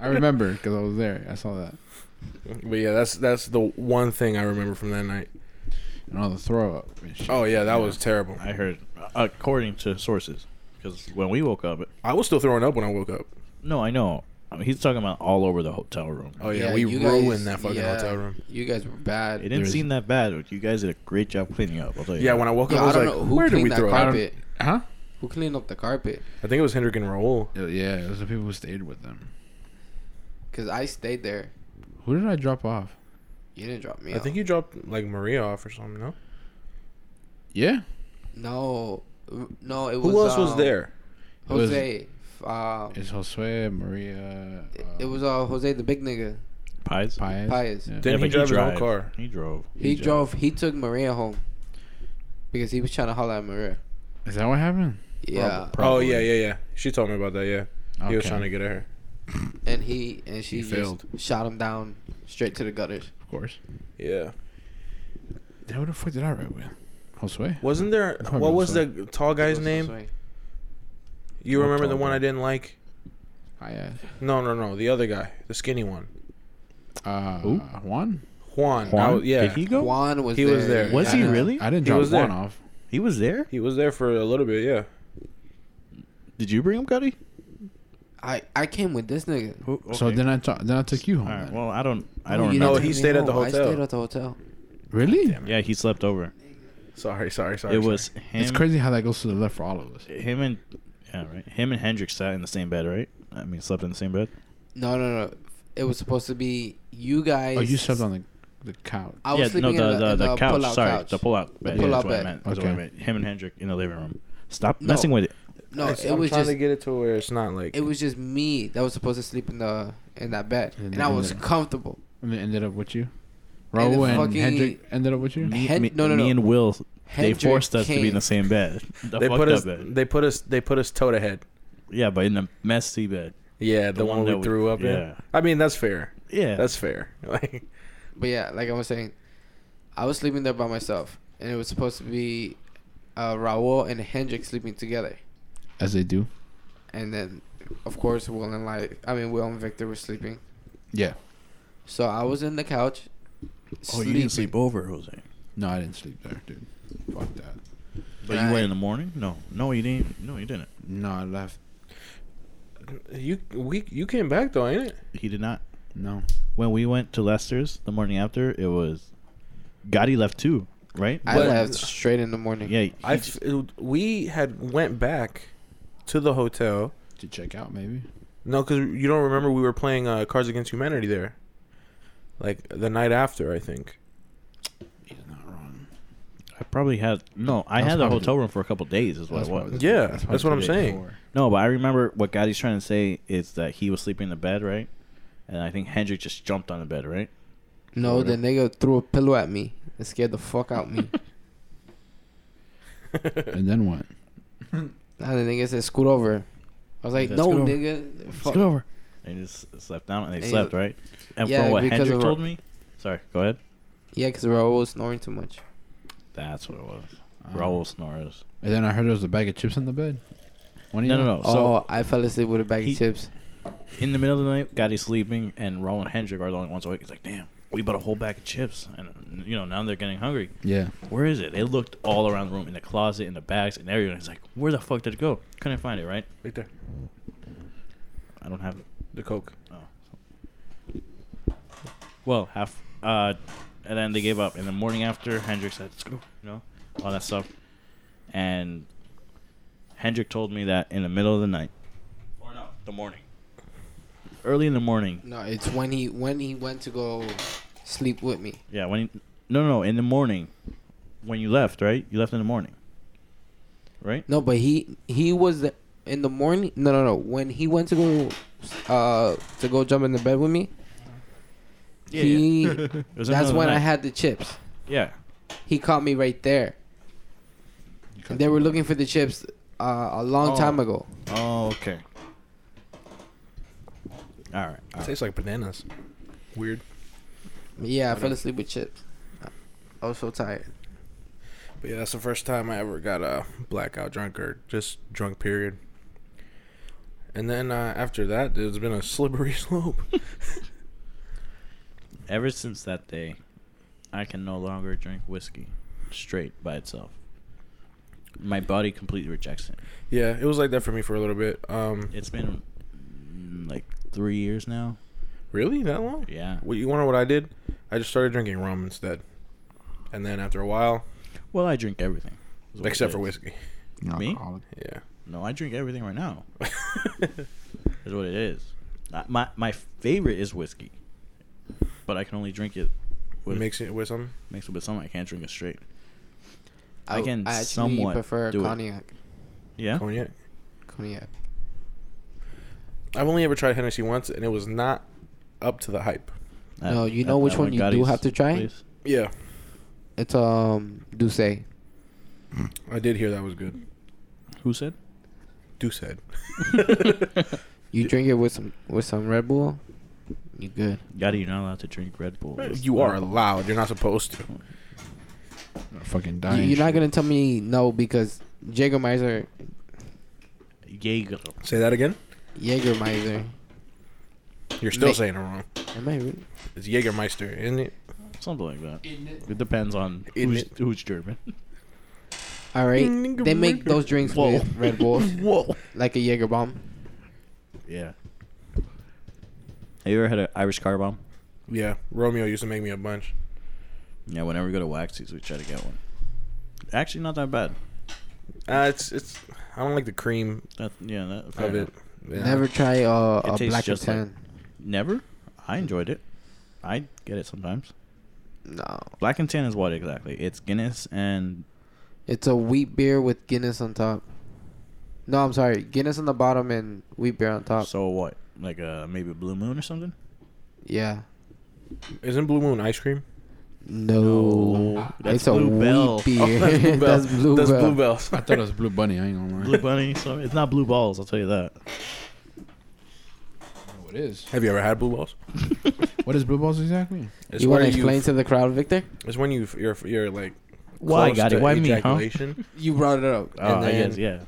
[SPEAKER 4] I remember because I was there. I saw that
[SPEAKER 1] But yeah, that's that's the one thing I remember from that night.
[SPEAKER 4] and all the throw up. And shit.
[SPEAKER 1] Oh yeah, that was terrible.
[SPEAKER 3] I heard, uh, according to sources, because when we woke up,
[SPEAKER 1] I was still throwing up when I woke up.
[SPEAKER 3] no, I know. I mean, he's talking about all over the hotel room.
[SPEAKER 1] Oh yeah,
[SPEAKER 2] Yeah,
[SPEAKER 1] we
[SPEAKER 2] you
[SPEAKER 1] ruined
[SPEAKER 2] guys-
[SPEAKER 1] that fucking
[SPEAKER 2] yeah.
[SPEAKER 1] hotel room.
[SPEAKER 2] You guys were bad.
[SPEAKER 3] It didn't
[SPEAKER 4] There's-
[SPEAKER 3] seem that bad. but You guys did a great job cleaning up. I'll tell you
[SPEAKER 1] Yeah,
[SPEAKER 3] that.
[SPEAKER 1] when I woke
[SPEAKER 2] Yo,
[SPEAKER 1] up, I was
[SPEAKER 2] I don't
[SPEAKER 1] like,
[SPEAKER 2] know who
[SPEAKER 1] "Where did
[SPEAKER 2] cleaned
[SPEAKER 1] we
[SPEAKER 2] that
[SPEAKER 1] throw up?"
[SPEAKER 2] carpet.
[SPEAKER 4] huh?
[SPEAKER 2] Who cleaned up the carpet?
[SPEAKER 1] I think it was Hendrick and Raul.
[SPEAKER 4] Uh, Yeah, it was the people who stayed with them.
[SPEAKER 2] Cause I stayed there.
[SPEAKER 4] Who did I drop off?
[SPEAKER 2] You didn't drop me.
[SPEAKER 1] I think you dropped like Maria off or something. No,
[SPEAKER 4] Yeah,
[SPEAKER 2] No, no. It
[SPEAKER 1] who
[SPEAKER 2] was.
[SPEAKER 1] else was uh,
[SPEAKER 2] um,
[SPEAKER 1] there?
[SPEAKER 4] It was-
[SPEAKER 2] Jose. Um,
[SPEAKER 4] it's Josue, Maria.
[SPEAKER 2] it- it was uh, Jose the big nigga.
[SPEAKER 3] pies.
[SPEAKER 4] Pies.
[SPEAKER 2] Pies.
[SPEAKER 4] Yeah.
[SPEAKER 1] Didn't
[SPEAKER 3] but
[SPEAKER 1] he drive his own
[SPEAKER 3] drive.
[SPEAKER 1] car?
[SPEAKER 3] He drove.
[SPEAKER 2] He drove. He took Maria home because he was trying to holler at Maria.
[SPEAKER 4] Is that what happened?
[SPEAKER 2] Yeah,
[SPEAKER 1] Oh yeah, yeah, yeah. She told me about that. Yeah, he was
[SPEAKER 4] Okay.
[SPEAKER 1] trying to get at her.
[SPEAKER 2] and he and she
[SPEAKER 4] He
[SPEAKER 2] just
[SPEAKER 4] failed.
[SPEAKER 2] shot him down straight to the gutters.
[SPEAKER 4] Of course.
[SPEAKER 1] Yeah.
[SPEAKER 4] Then who the fuck did I ride with? Josue.
[SPEAKER 1] Wasn't there?
[SPEAKER 4] I remember
[SPEAKER 1] What was
[SPEAKER 4] so.
[SPEAKER 1] the tall guy's
[SPEAKER 2] Goes this
[SPEAKER 1] name?
[SPEAKER 2] way.
[SPEAKER 1] You
[SPEAKER 4] What
[SPEAKER 1] remember the
[SPEAKER 4] tall
[SPEAKER 1] one
[SPEAKER 4] guy?
[SPEAKER 1] I didn't like?
[SPEAKER 4] I uh,
[SPEAKER 1] No, no, no. The other guy, the skinny one,
[SPEAKER 4] uh
[SPEAKER 3] Who?
[SPEAKER 4] Juan.
[SPEAKER 1] Juan. I
[SPEAKER 3] Juan?
[SPEAKER 1] was- Oh, yeah,
[SPEAKER 3] Did he
[SPEAKER 1] he?
[SPEAKER 3] go?
[SPEAKER 2] Juan was.
[SPEAKER 1] He
[SPEAKER 2] there.
[SPEAKER 1] was there.
[SPEAKER 3] Was
[SPEAKER 2] Yeah.
[SPEAKER 3] he
[SPEAKER 4] I-
[SPEAKER 3] really?
[SPEAKER 4] I didn't
[SPEAKER 1] He
[SPEAKER 4] drop
[SPEAKER 1] was there.
[SPEAKER 4] Juan off.
[SPEAKER 3] He was there.
[SPEAKER 1] was there for a little bit. Yeah.
[SPEAKER 3] Did you bring him, Gotti?
[SPEAKER 2] I I came with this nigga.
[SPEAKER 4] So then I ta- then I took you home.
[SPEAKER 3] All right.
[SPEAKER 4] then.
[SPEAKER 3] Well, I don't. I
[SPEAKER 2] Oh,
[SPEAKER 3] don't
[SPEAKER 2] you didn't
[SPEAKER 1] No,
[SPEAKER 3] remember.
[SPEAKER 1] he
[SPEAKER 2] take me
[SPEAKER 1] stayed at the
[SPEAKER 2] home. I
[SPEAKER 1] hotel.
[SPEAKER 2] stayed at the hotel.
[SPEAKER 4] really?
[SPEAKER 3] yeah, he slept over.
[SPEAKER 1] Sorry, sorry, sorry.
[SPEAKER 3] It
[SPEAKER 1] sorry.
[SPEAKER 3] was him.
[SPEAKER 4] It's crazy how that goes to the left for all of us.
[SPEAKER 3] Him and yeah, right. Him and Hendrix sat in the same bed, right? I mean, slept in the same bed.
[SPEAKER 2] No, no, no. It was supposed to be you guys.
[SPEAKER 4] Oh, you slept on the the couch.
[SPEAKER 2] I was sleeping
[SPEAKER 3] the
[SPEAKER 2] in
[SPEAKER 3] the,
[SPEAKER 2] in
[SPEAKER 3] the couch.
[SPEAKER 2] pull-out
[SPEAKER 3] sorry,
[SPEAKER 2] couch.
[SPEAKER 3] the pull-out bed.
[SPEAKER 2] pull-out
[SPEAKER 3] that's what I
[SPEAKER 2] bed.
[SPEAKER 3] meant. That's what I
[SPEAKER 4] Okay.
[SPEAKER 3] meant. Him and Hendrick in the living room. Stop
[SPEAKER 2] No.
[SPEAKER 3] messing with it.
[SPEAKER 2] No,
[SPEAKER 1] It's-
[SPEAKER 2] it
[SPEAKER 1] I'm
[SPEAKER 2] was
[SPEAKER 1] trying
[SPEAKER 2] just
[SPEAKER 1] to get it to where it's not like.
[SPEAKER 2] it was just me that was supposed to sleep in the in that bed,
[SPEAKER 4] In
[SPEAKER 2] and
[SPEAKER 4] the-
[SPEAKER 2] I
[SPEAKER 4] in
[SPEAKER 2] was
[SPEAKER 4] the-
[SPEAKER 2] comfortable.
[SPEAKER 4] And they ended up with you.
[SPEAKER 2] And
[SPEAKER 4] Raul
[SPEAKER 2] then
[SPEAKER 4] and,
[SPEAKER 2] fucking-
[SPEAKER 4] Hendrick ended up with you.
[SPEAKER 3] Me,
[SPEAKER 2] Hen-
[SPEAKER 3] me-
[SPEAKER 2] no, no,
[SPEAKER 3] me
[SPEAKER 2] no.
[SPEAKER 3] and Will,
[SPEAKER 2] Hendrick
[SPEAKER 3] they forced us to be in
[SPEAKER 2] came.
[SPEAKER 3] the
[SPEAKER 2] [LAUGHS]
[SPEAKER 3] same bed. The
[SPEAKER 1] they
[SPEAKER 3] fucked
[SPEAKER 1] put
[SPEAKER 3] up
[SPEAKER 1] us.
[SPEAKER 3] bed.
[SPEAKER 1] They put us. They put us toe to head.
[SPEAKER 3] Yeah, but in a messy bed.
[SPEAKER 1] Yeah, the, one,
[SPEAKER 3] one that
[SPEAKER 1] we
[SPEAKER 3] we-
[SPEAKER 1] threw up in.
[SPEAKER 3] yeah.
[SPEAKER 1] I mean, that's fair.
[SPEAKER 3] Yeah,
[SPEAKER 1] That's fair. [LAUGHS] Like,
[SPEAKER 2] But yeah, like I was saying, I was sleeping there by myself, and it was supposed to be uh, Raul and Hendrik sleeping together,
[SPEAKER 4] As they do.
[SPEAKER 2] and then of course Will and like I mean Will and Victor were sleeping.
[SPEAKER 4] Yeah.
[SPEAKER 2] So I was in the couch.
[SPEAKER 3] Oh, you didn't sleep over, Jose.
[SPEAKER 4] No, I didn't sleep there, dude. Fuck that.
[SPEAKER 3] But you
[SPEAKER 2] Right.
[SPEAKER 3] went in the morning. No, no, you didn't. No, you didn't.
[SPEAKER 4] No, I left.
[SPEAKER 1] You we you came back though, ain't it?
[SPEAKER 3] He did not.
[SPEAKER 4] No.
[SPEAKER 3] When we went to Lester's the morning after, it was Gotti left too, right?
[SPEAKER 2] I
[SPEAKER 1] But-
[SPEAKER 2] left straight in the morning.
[SPEAKER 3] yeah, he
[SPEAKER 1] I
[SPEAKER 3] j-
[SPEAKER 1] f- we had went back to the hotel.
[SPEAKER 4] To check out, maybe.
[SPEAKER 1] No, because you don't remember we were playing uh, Cards Against Humanity there, like the night after, I think. [LAUGHS]
[SPEAKER 4] He's not wrong.
[SPEAKER 3] I probably had no. I
[SPEAKER 4] That's
[SPEAKER 3] had a
[SPEAKER 4] probably-
[SPEAKER 3] hotel room for a couple days, is what it was.
[SPEAKER 1] Yeah, that's what I'm saying.
[SPEAKER 3] No, but I remember what Gotti's trying to say is that he was sleeping in the bed, right? And I think Hendrick just jumped on the bed, right?
[SPEAKER 2] No, the nigga threw a pillow at me. It scared the fuck out
[SPEAKER 3] [LAUGHS]
[SPEAKER 2] me.
[SPEAKER 4] And then what?
[SPEAKER 2] now the nigga said, "Scoot over." I was like,
[SPEAKER 3] Yeah,
[SPEAKER 2] "No,
[SPEAKER 3] scoot over.
[SPEAKER 2] nigga." Fuck.
[SPEAKER 3] over. And he just slept down and they
[SPEAKER 2] And he-
[SPEAKER 3] slept, right? And
[SPEAKER 2] Yeah,
[SPEAKER 3] from what
[SPEAKER 2] because
[SPEAKER 3] Hendrick
[SPEAKER 2] of-
[SPEAKER 3] told me, sorry, go ahead.
[SPEAKER 2] Yeah, because Raul was snoring too much.
[SPEAKER 3] That's what it was.
[SPEAKER 2] Oh.
[SPEAKER 4] Um,
[SPEAKER 3] Raul snores.
[SPEAKER 4] And then I heard there was a bag of chips in the bed. One of
[SPEAKER 3] No,
[SPEAKER 4] y'all-
[SPEAKER 3] no, no. So
[SPEAKER 2] oh, I fell asleep with a bag
[SPEAKER 3] He-
[SPEAKER 2] of chips.
[SPEAKER 3] in the middle of the night, Gotti's sleeping, and Raul and Hendrick are the only ones awake. He's like, "Damn, we bought a whole bag of chips, and you know now they're getting hungry.
[SPEAKER 4] Yeah.
[SPEAKER 3] Where is it?" They looked all around the room, in the closet, in the bags, and everywhere. It's like, "Where the fuck did it go? Couldn't find it, right?
[SPEAKER 1] Right there,
[SPEAKER 3] I don't have it."
[SPEAKER 1] the Coke.
[SPEAKER 3] Well, half. Uh, and then they gave up. And the morning after, Hendrick said, "Let's go," you know, all that stuff. And Hendrick told me that in the middle of the night, or no, the morning, early in the morning.
[SPEAKER 2] No, it's when he when he went to go sleep with me.
[SPEAKER 3] Yeah, when he, no, no, no, in the morning, when you left, right? You left in the morning, right?
[SPEAKER 2] No, but he he was the, in the morning. No, no, no. When he went to go uh to go jump in the bed with me, he
[SPEAKER 3] [LAUGHS] It was in the middle
[SPEAKER 2] that's
[SPEAKER 3] of the
[SPEAKER 2] when I
[SPEAKER 3] night.
[SPEAKER 2] had the chips.
[SPEAKER 3] Yeah,
[SPEAKER 2] He caught me right there. They were looking for the chips uh, a long
[SPEAKER 3] Oh.
[SPEAKER 2] time ago.
[SPEAKER 3] Oh, okay. All right. All
[SPEAKER 1] It
[SPEAKER 3] right.
[SPEAKER 1] tastes like bananas. Weird.
[SPEAKER 2] Yeah, I fell asleep with chips. I was so tired.
[SPEAKER 1] But yeah, that's the first time I ever got a blackout drunk or just drunk period. And then uh, after that, it's been a [LAUGHS] slippery slope.
[SPEAKER 3] Ever since that day, I can no longer drink whiskey straight by itself. My body completely rejects it.
[SPEAKER 1] yeah, it was like that for me for a little bit. Um,
[SPEAKER 3] It's been mm, like three years now.
[SPEAKER 1] really that long?
[SPEAKER 3] Yeah.
[SPEAKER 1] Well, you wonder what I did? I just started drinking rum instead. And then after a while,
[SPEAKER 3] Well, I drink everything. is what it
[SPEAKER 1] except for
[SPEAKER 3] is.
[SPEAKER 1] whiskey.
[SPEAKER 3] Me?
[SPEAKER 4] Alcoholic.
[SPEAKER 1] Yeah. [LAUGHS]
[SPEAKER 3] No, I drink everything right now. is what it is. Uh, My my favorite is whiskey, but I can only drink it with mix,
[SPEAKER 1] Mix it with something.
[SPEAKER 3] mix it with something. I can't drink it straight.
[SPEAKER 2] I,
[SPEAKER 3] I can
[SPEAKER 2] I actually
[SPEAKER 3] somewhat
[SPEAKER 2] prefer
[SPEAKER 3] do it.
[SPEAKER 2] cognac.
[SPEAKER 3] Yeah.
[SPEAKER 1] Cognac.
[SPEAKER 2] Cognac.
[SPEAKER 1] I've only ever tried Hennessy once, and it was not up to the hype.
[SPEAKER 2] No, Oh, you know which
[SPEAKER 3] that
[SPEAKER 2] one you do
[SPEAKER 3] Gotti's
[SPEAKER 2] have to try?
[SPEAKER 3] place.
[SPEAKER 1] Yeah,
[SPEAKER 2] It's um Douce.
[SPEAKER 1] I did hear that was good.
[SPEAKER 3] Who [LAUGHS]
[SPEAKER 1] [LAUGHS]
[SPEAKER 3] said?
[SPEAKER 1] Deuce said.
[SPEAKER 3] [LAUGHS]
[SPEAKER 2] You drink it with some with some Red Bull, you good.
[SPEAKER 3] Gotti, you're not allowed to drink Red Bull.
[SPEAKER 1] You are allowed. You're not supposed to.
[SPEAKER 4] Fucking
[SPEAKER 2] You-
[SPEAKER 4] dying.
[SPEAKER 2] You're not
[SPEAKER 4] shit.
[SPEAKER 2] gonna tell me no because Jägermeister,
[SPEAKER 3] Jaeger.
[SPEAKER 1] Say that again.
[SPEAKER 2] Jägermeister.
[SPEAKER 1] You're still
[SPEAKER 2] Ma-
[SPEAKER 1] saying it wrong.
[SPEAKER 2] Am I really?
[SPEAKER 1] It's Jägermeister, isn't it?
[SPEAKER 3] Something like that. It depends on
[SPEAKER 1] Isn't
[SPEAKER 3] who's,
[SPEAKER 1] it?
[SPEAKER 3] who's German. [LAUGHS]
[SPEAKER 2] All right. They make those drinks
[SPEAKER 1] Whoa.
[SPEAKER 2] with Red
[SPEAKER 3] [LAUGHS]
[SPEAKER 2] Bulls,
[SPEAKER 1] Whoa.
[SPEAKER 2] like a Jaeger bomb.
[SPEAKER 3] Yeah. Have you ever had an Irish car bomb?
[SPEAKER 1] Yeah, Romeo used to make me a bunch.
[SPEAKER 3] Yeah, whenever we go to Waxy's, we try to get one. Actually, not that bad.
[SPEAKER 1] Uh, it's it's. I don't like the cream
[SPEAKER 3] That, yeah, that, fair
[SPEAKER 1] of it.
[SPEAKER 3] enough.
[SPEAKER 1] Yeah.
[SPEAKER 2] Never try uh,
[SPEAKER 3] It
[SPEAKER 2] a
[SPEAKER 3] tastes
[SPEAKER 2] black and
[SPEAKER 3] just like-
[SPEAKER 2] tan.
[SPEAKER 3] Never. I enjoyed it. I get it sometimes.
[SPEAKER 2] no,
[SPEAKER 3] Black and tan is what exactly? It's Guinness and
[SPEAKER 2] it's a wheat beer with Guinness on top. No, I'm sorry, Guinness on the bottom and wheat beer on top.
[SPEAKER 3] so what? Like uh, maybe Blue Moon or something?
[SPEAKER 2] yeah.
[SPEAKER 1] Isn't Blue Moon ice cream?
[SPEAKER 2] No,
[SPEAKER 3] No,
[SPEAKER 2] it's
[SPEAKER 3] that's
[SPEAKER 2] a
[SPEAKER 3] Blue Bell.
[SPEAKER 2] wheat
[SPEAKER 3] [LAUGHS]
[SPEAKER 2] beer. [LAUGHS] that's blue.
[SPEAKER 1] That's
[SPEAKER 2] Bell.
[SPEAKER 1] Blue Bells.
[SPEAKER 4] I thought it was Blue Bunny. I ain't gonna lie.
[SPEAKER 3] Blue Bunny. So it's not Blue Balls. I'll tell you that.
[SPEAKER 4] Oh, it is.
[SPEAKER 1] Have you ever had Blue Balls?
[SPEAKER 4] What is Blue Balls exactly?
[SPEAKER 1] It's
[SPEAKER 2] You want to
[SPEAKER 1] where
[SPEAKER 2] explain to the crowd, Victor?
[SPEAKER 1] It's when you you're you're like.
[SPEAKER 3] Why,
[SPEAKER 1] close
[SPEAKER 3] Gotti?
[SPEAKER 1] to
[SPEAKER 3] Why me, huh?
[SPEAKER 1] ejaculation,
[SPEAKER 2] You brought it up.
[SPEAKER 3] Oh, I
[SPEAKER 1] then-
[SPEAKER 3] guess yeah.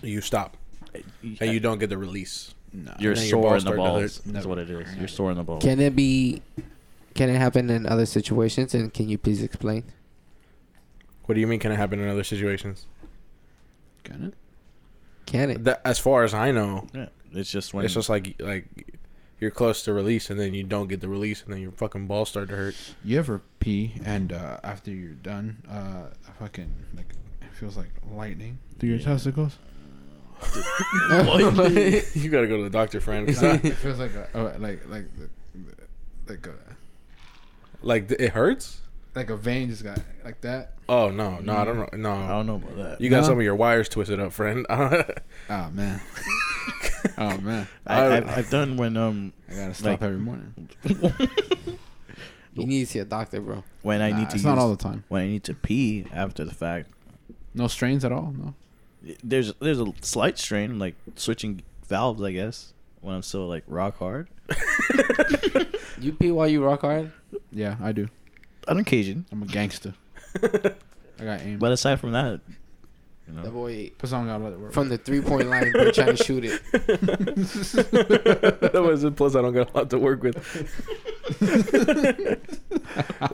[SPEAKER 1] You stop and you don't get the release.
[SPEAKER 4] No.
[SPEAKER 3] You're
[SPEAKER 1] then your
[SPEAKER 3] sore
[SPEAKER 1] balls
[SPEAKER 3] in the
[SPEAKER 1] start to
[SPEAKER 3] balls.
[SPEAKER 4] hurt.
[SPEAKER 3] That's what it is. You're sore in the balls.
[SPEAKER 2] Can it be? Can it happen in other situations? And can you please explain?
[SPEAKER 1] What do you mean? Can it happen in other situations?
[SPEAKER 4] Can it?
[SPEAKER 2] Can it?
[SPEAKER 1] That, as far as I know,
[SPEAKER 3] Yeah. It's just when
[SPEAKER 1] It's just like like you're close to release and then you don't get the release and then your fucking balls start to
[SPEAKER 2] [LAUGHS]
[SPEAKER 1] hurt.
[SPEAKER 4] You ever pee and uh, after you're done, uh, fucking like it feels like lightning through your
[SPEAKER 3] Yeah.
[SPEAKER 4] testicles?
[SPEAKER 1] [LAUGHS] you gotta go to the doctor, friend. 'cause
[SPEAKER 4] Nah,
[SPEAKER 1] I-
[SPEAKER 4] Uh, it feels like a, oh, like like like a
[SPEAKER 1] like th- it hurts.
[SPEAKER 4] like a vein just got like that.
[SPEAKER 1] Oh no, no, I don't know. No,
[SPEAKER 3] I don't know about that.
[SPEAKER 1] you got
[SPEAKER 4] No.
[SPEAKER 1] some of your wires twisted up, friend. [LAUGHS]
[SPEAKER 4] Oh man. oh man.
[SPEAKER 3] I, I, I've, I've done when um [LAUGHS]
[SPEAKER 4] I gotta stop
[SPEAKER 3] Like-
[SPEAKER 4] every morning.
[SPEAKER 2] You need to see a doctor, bro.
[SPEAKER 3] when I
[SPEAKER 4] Nah,
[SPEAKER 3] need to
[SPEAKER 4] it's
[SPEAKER 3] use,
[SPEAKER 4] not all the time.
[SPEAKER 3] when I need to pee after the fact.
[SPEAKER 4] No strains at all. No.
[SPEAKER 3] There's there's a slight strain like switching valves, I guess, when I'm still like rock hard.
[SPEAKER 2] You pee while you rock hard?
[SPEAKER 4] Yeah, I do.
[SPEAKER 3] On occasion,
[SPEAKER 4] I'm a gangster. I got aim.
[SPEAKER 3] but aside from that, you
[SPEAKER 2] The
[SPEAKER 3] know,
[SPEAKER 2] boy
[SPEAKER 4] Put something out of the work. [LAUGHS]
[SPEAKER 2] from the three point line, but trying to shoot [LAUGHS] it.
[SPEAKER 1] [LAUGHS] that was it. Plus, I don't got a lot to work with.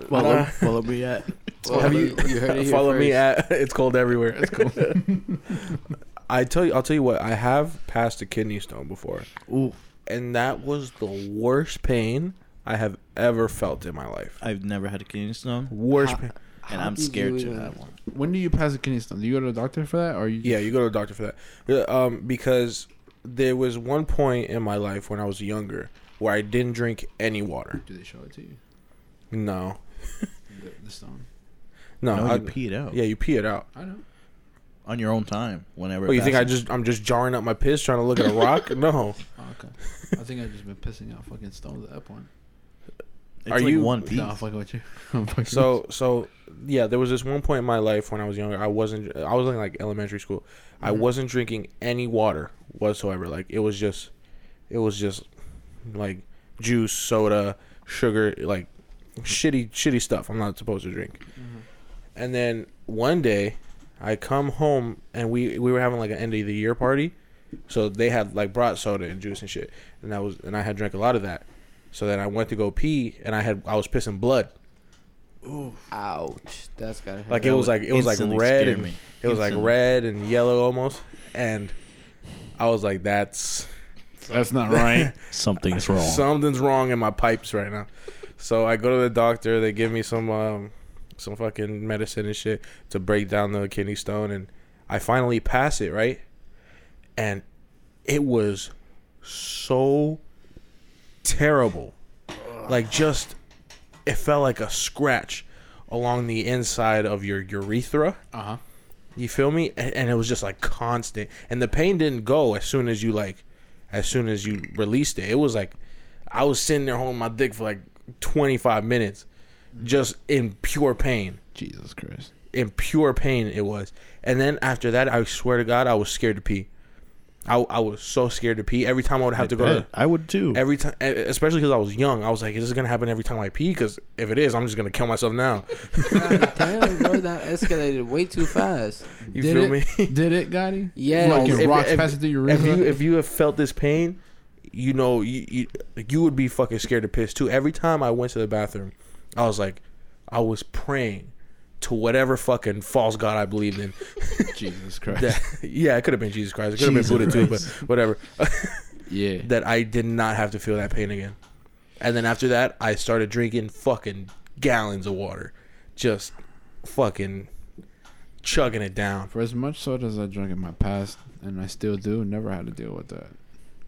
[SPEAKER 3] follow, follow me at
[SPEAKER 2] Well,
[SPEAKER 1] Have
[SPEAKER 2] you, you heard
[SPEAKER 1] Uh,
[SPEAKER 2] it here
[SPEAKER 1] Follow me
[SPEAKER 2] first.
[SPEAKER 1] at [LAUGHS] it's cold everywhere. It's
[SPEAKER 4] [LAUGHS]
[SPEAKER 1] cool. [LAUGHS] I tell you, I'll tell you what. I have passed a kidney stone before,
[SPEAKER 3] ooh.
[SPEAKER 1] and that was the worst pain I have ever felt in my life.
[SPEAKER 3] [LAUGHS] I've never had a kidney stone,
[SPEAKER 1] Worst
[SPEAKER 2] How-
[SPEAKER 1] pain.
[SPEAKER 3] and
[SPEAKER 2] How
[SPEAKER 3] I'm
[SPEAKER 2] did
[SPEAKER 3] scared
[SPEAKER 2] you
[SPEAKER 3] to
[SPEAKER 2] even-
[SPEAKER 3] have one.
[SPEAKER 4] When do you pass a kidney stone? Do you go to the doctor for that, or you?
[SPEAKER 1] Yeah, you go to a doctor for that. Yeah, Um, because there was one point in my life when I was younger where I didn't drink any water.
[SPEAKER 4] Do they show it to you?
[SPEAKER 1] No,
[SPEAKER 4] The, the stone.
[SPEAKER 1] no.
[SPEAKER 3] No,
[SPEAKER 1] I,
[SPEAKER 3] you pee it out
[SPEAKER 1] yeah, you pee it out.
[SPEAKER 4] I know.
[SPEAKER 3] on your own time whenever.
[SPEAKER 1] Oh,
[SPEAKER 3] it
[SPEAKER 1] you think I
[SPEAKER 3] passes.
[SPEAKER 1] just I'm just jarring up my piss trying to look at a
[SPEAKER 3] [LAUGHS]
[SPEAKER 1] rock? No.
[SPEAKER 4] Oh, okay. I think I've just been pissing out fucking stones at that point.
[SPEAKER 3] It's
[SPEAKER 1] are
[SPEAKER 3] like
[SPEAKER 1] you-
[SPEAKER 3] one piece?
[SPEAKER 4] No, I'm fucking with you. [LAUGHS] I'm fucking with
[SPEAKER 1] So so yeah, there was this one point in my life when I was younger. I wasn't. I was in like elementary school. I wasn't drinking any water whatsoever. Like it was just, it was just like juice, soda, sugar, like shitty shitty stuff. I'm not supposed to drink. And then one day, I come home and we we were having like an end of the year party, so they had like brought soda and juice and shit, and I was and I had drank a lot of that. So then I went to go pee, and I had I was pissing blood.
[SPEAKER 2] Ouch. That's gotta hurt.
[SPEAKER 1] Like
[SPEAKER 3] That
[SPEAKER 1] it was
[SPEAKER 3] would
[SPEAKER 1] like it was like
[SPEAKER 3] instantly
[SPEAKER 1] red
[SPEAKER 3] scare
[SPEAKER 1] and
[SPEAKER 3] me.
[SPEAKER 1] it was like
[SPEAKER 3] Instantly.
[SPEAKER 1] red and yellow almost, and I was like, "That's
[SPEAKER 4] you. That's not right.
[SPEAKER 3] Something's wrong.
[SPEAKER 1] something's wrong in my pipes right now." So I go to the doctor. They give me some um, some fucking medicine and shit to break down the kidney stone, and I finally pass it right, and it was so terrible, like just it felt like a scratch along the inside of your urethra.
[SPEAKER 4] uh huh.
[SPEAKER 1] You feel me? And, and it was just like constant, and the pain didn't go as soon as you like, as soon as you released it. It was like, I was sitting there holding my dick for like twenty five minutes, just in pure pain,
[SPEAKER 4] [LAUGHS] Jesus Christ.
[SPEAKER 1] in pure pain it was. And then after that, I swear to God, I was scared to pee. I, I was so scared to pee. Every time I would have to go to
[SPEAKER 3] I would too.
[SPEAKER 1] every time, especially because I was young. I was like, is this gonna happen every time I pee? Because if it is, I'm just gonna kill myself now.
[SPEAKER 2] God damn, bro, that escalated way too fast.
[SPEAKER 1] You
[SPEAKER 4] Did
[SPEAKER 1] feel
[SPEAKER 4] it?
[SPEAKER 1] me? [LAUGHS]
[SPEAKER 4] Did it, Gotti?
[SPEAKER 2] Yeah,
[SPEAKER 4] Like
[SPEAKER 1] if-
[SPEAKER 4] your rocks
[SPEAKER 1] if-
[SPEAKER 4] passing through your
[SPEAKER 1] if
[SPEAKER 4] urethra.
[SPEAKER 1] you if you have felt this pain, you know you, you you would be fucking scared to piss too. Every time I went to the bathroom, I was like, I was praying to whatever fucking false god I believed in. [LAUGHS]
[SPEAKER 4] [LAUGHS] Jesus Christ.
[SPEAKER 1] That, yeah, it could have been Jesus Christ. It could have been
[SPEAKER 3] Jesus
[SPEAKER 1] Buddha too, but whatever. [LAUGHS]
[SPEAKER 4] Yeah.
[SPEAKER 1] that I did not have to feel that pain again. And then after that, I started drinking fucking gallons of water, just fucking chugging it down.
[SPEAKER 4] For as much soda as I drank in my past, and I still do, never had to deal with that.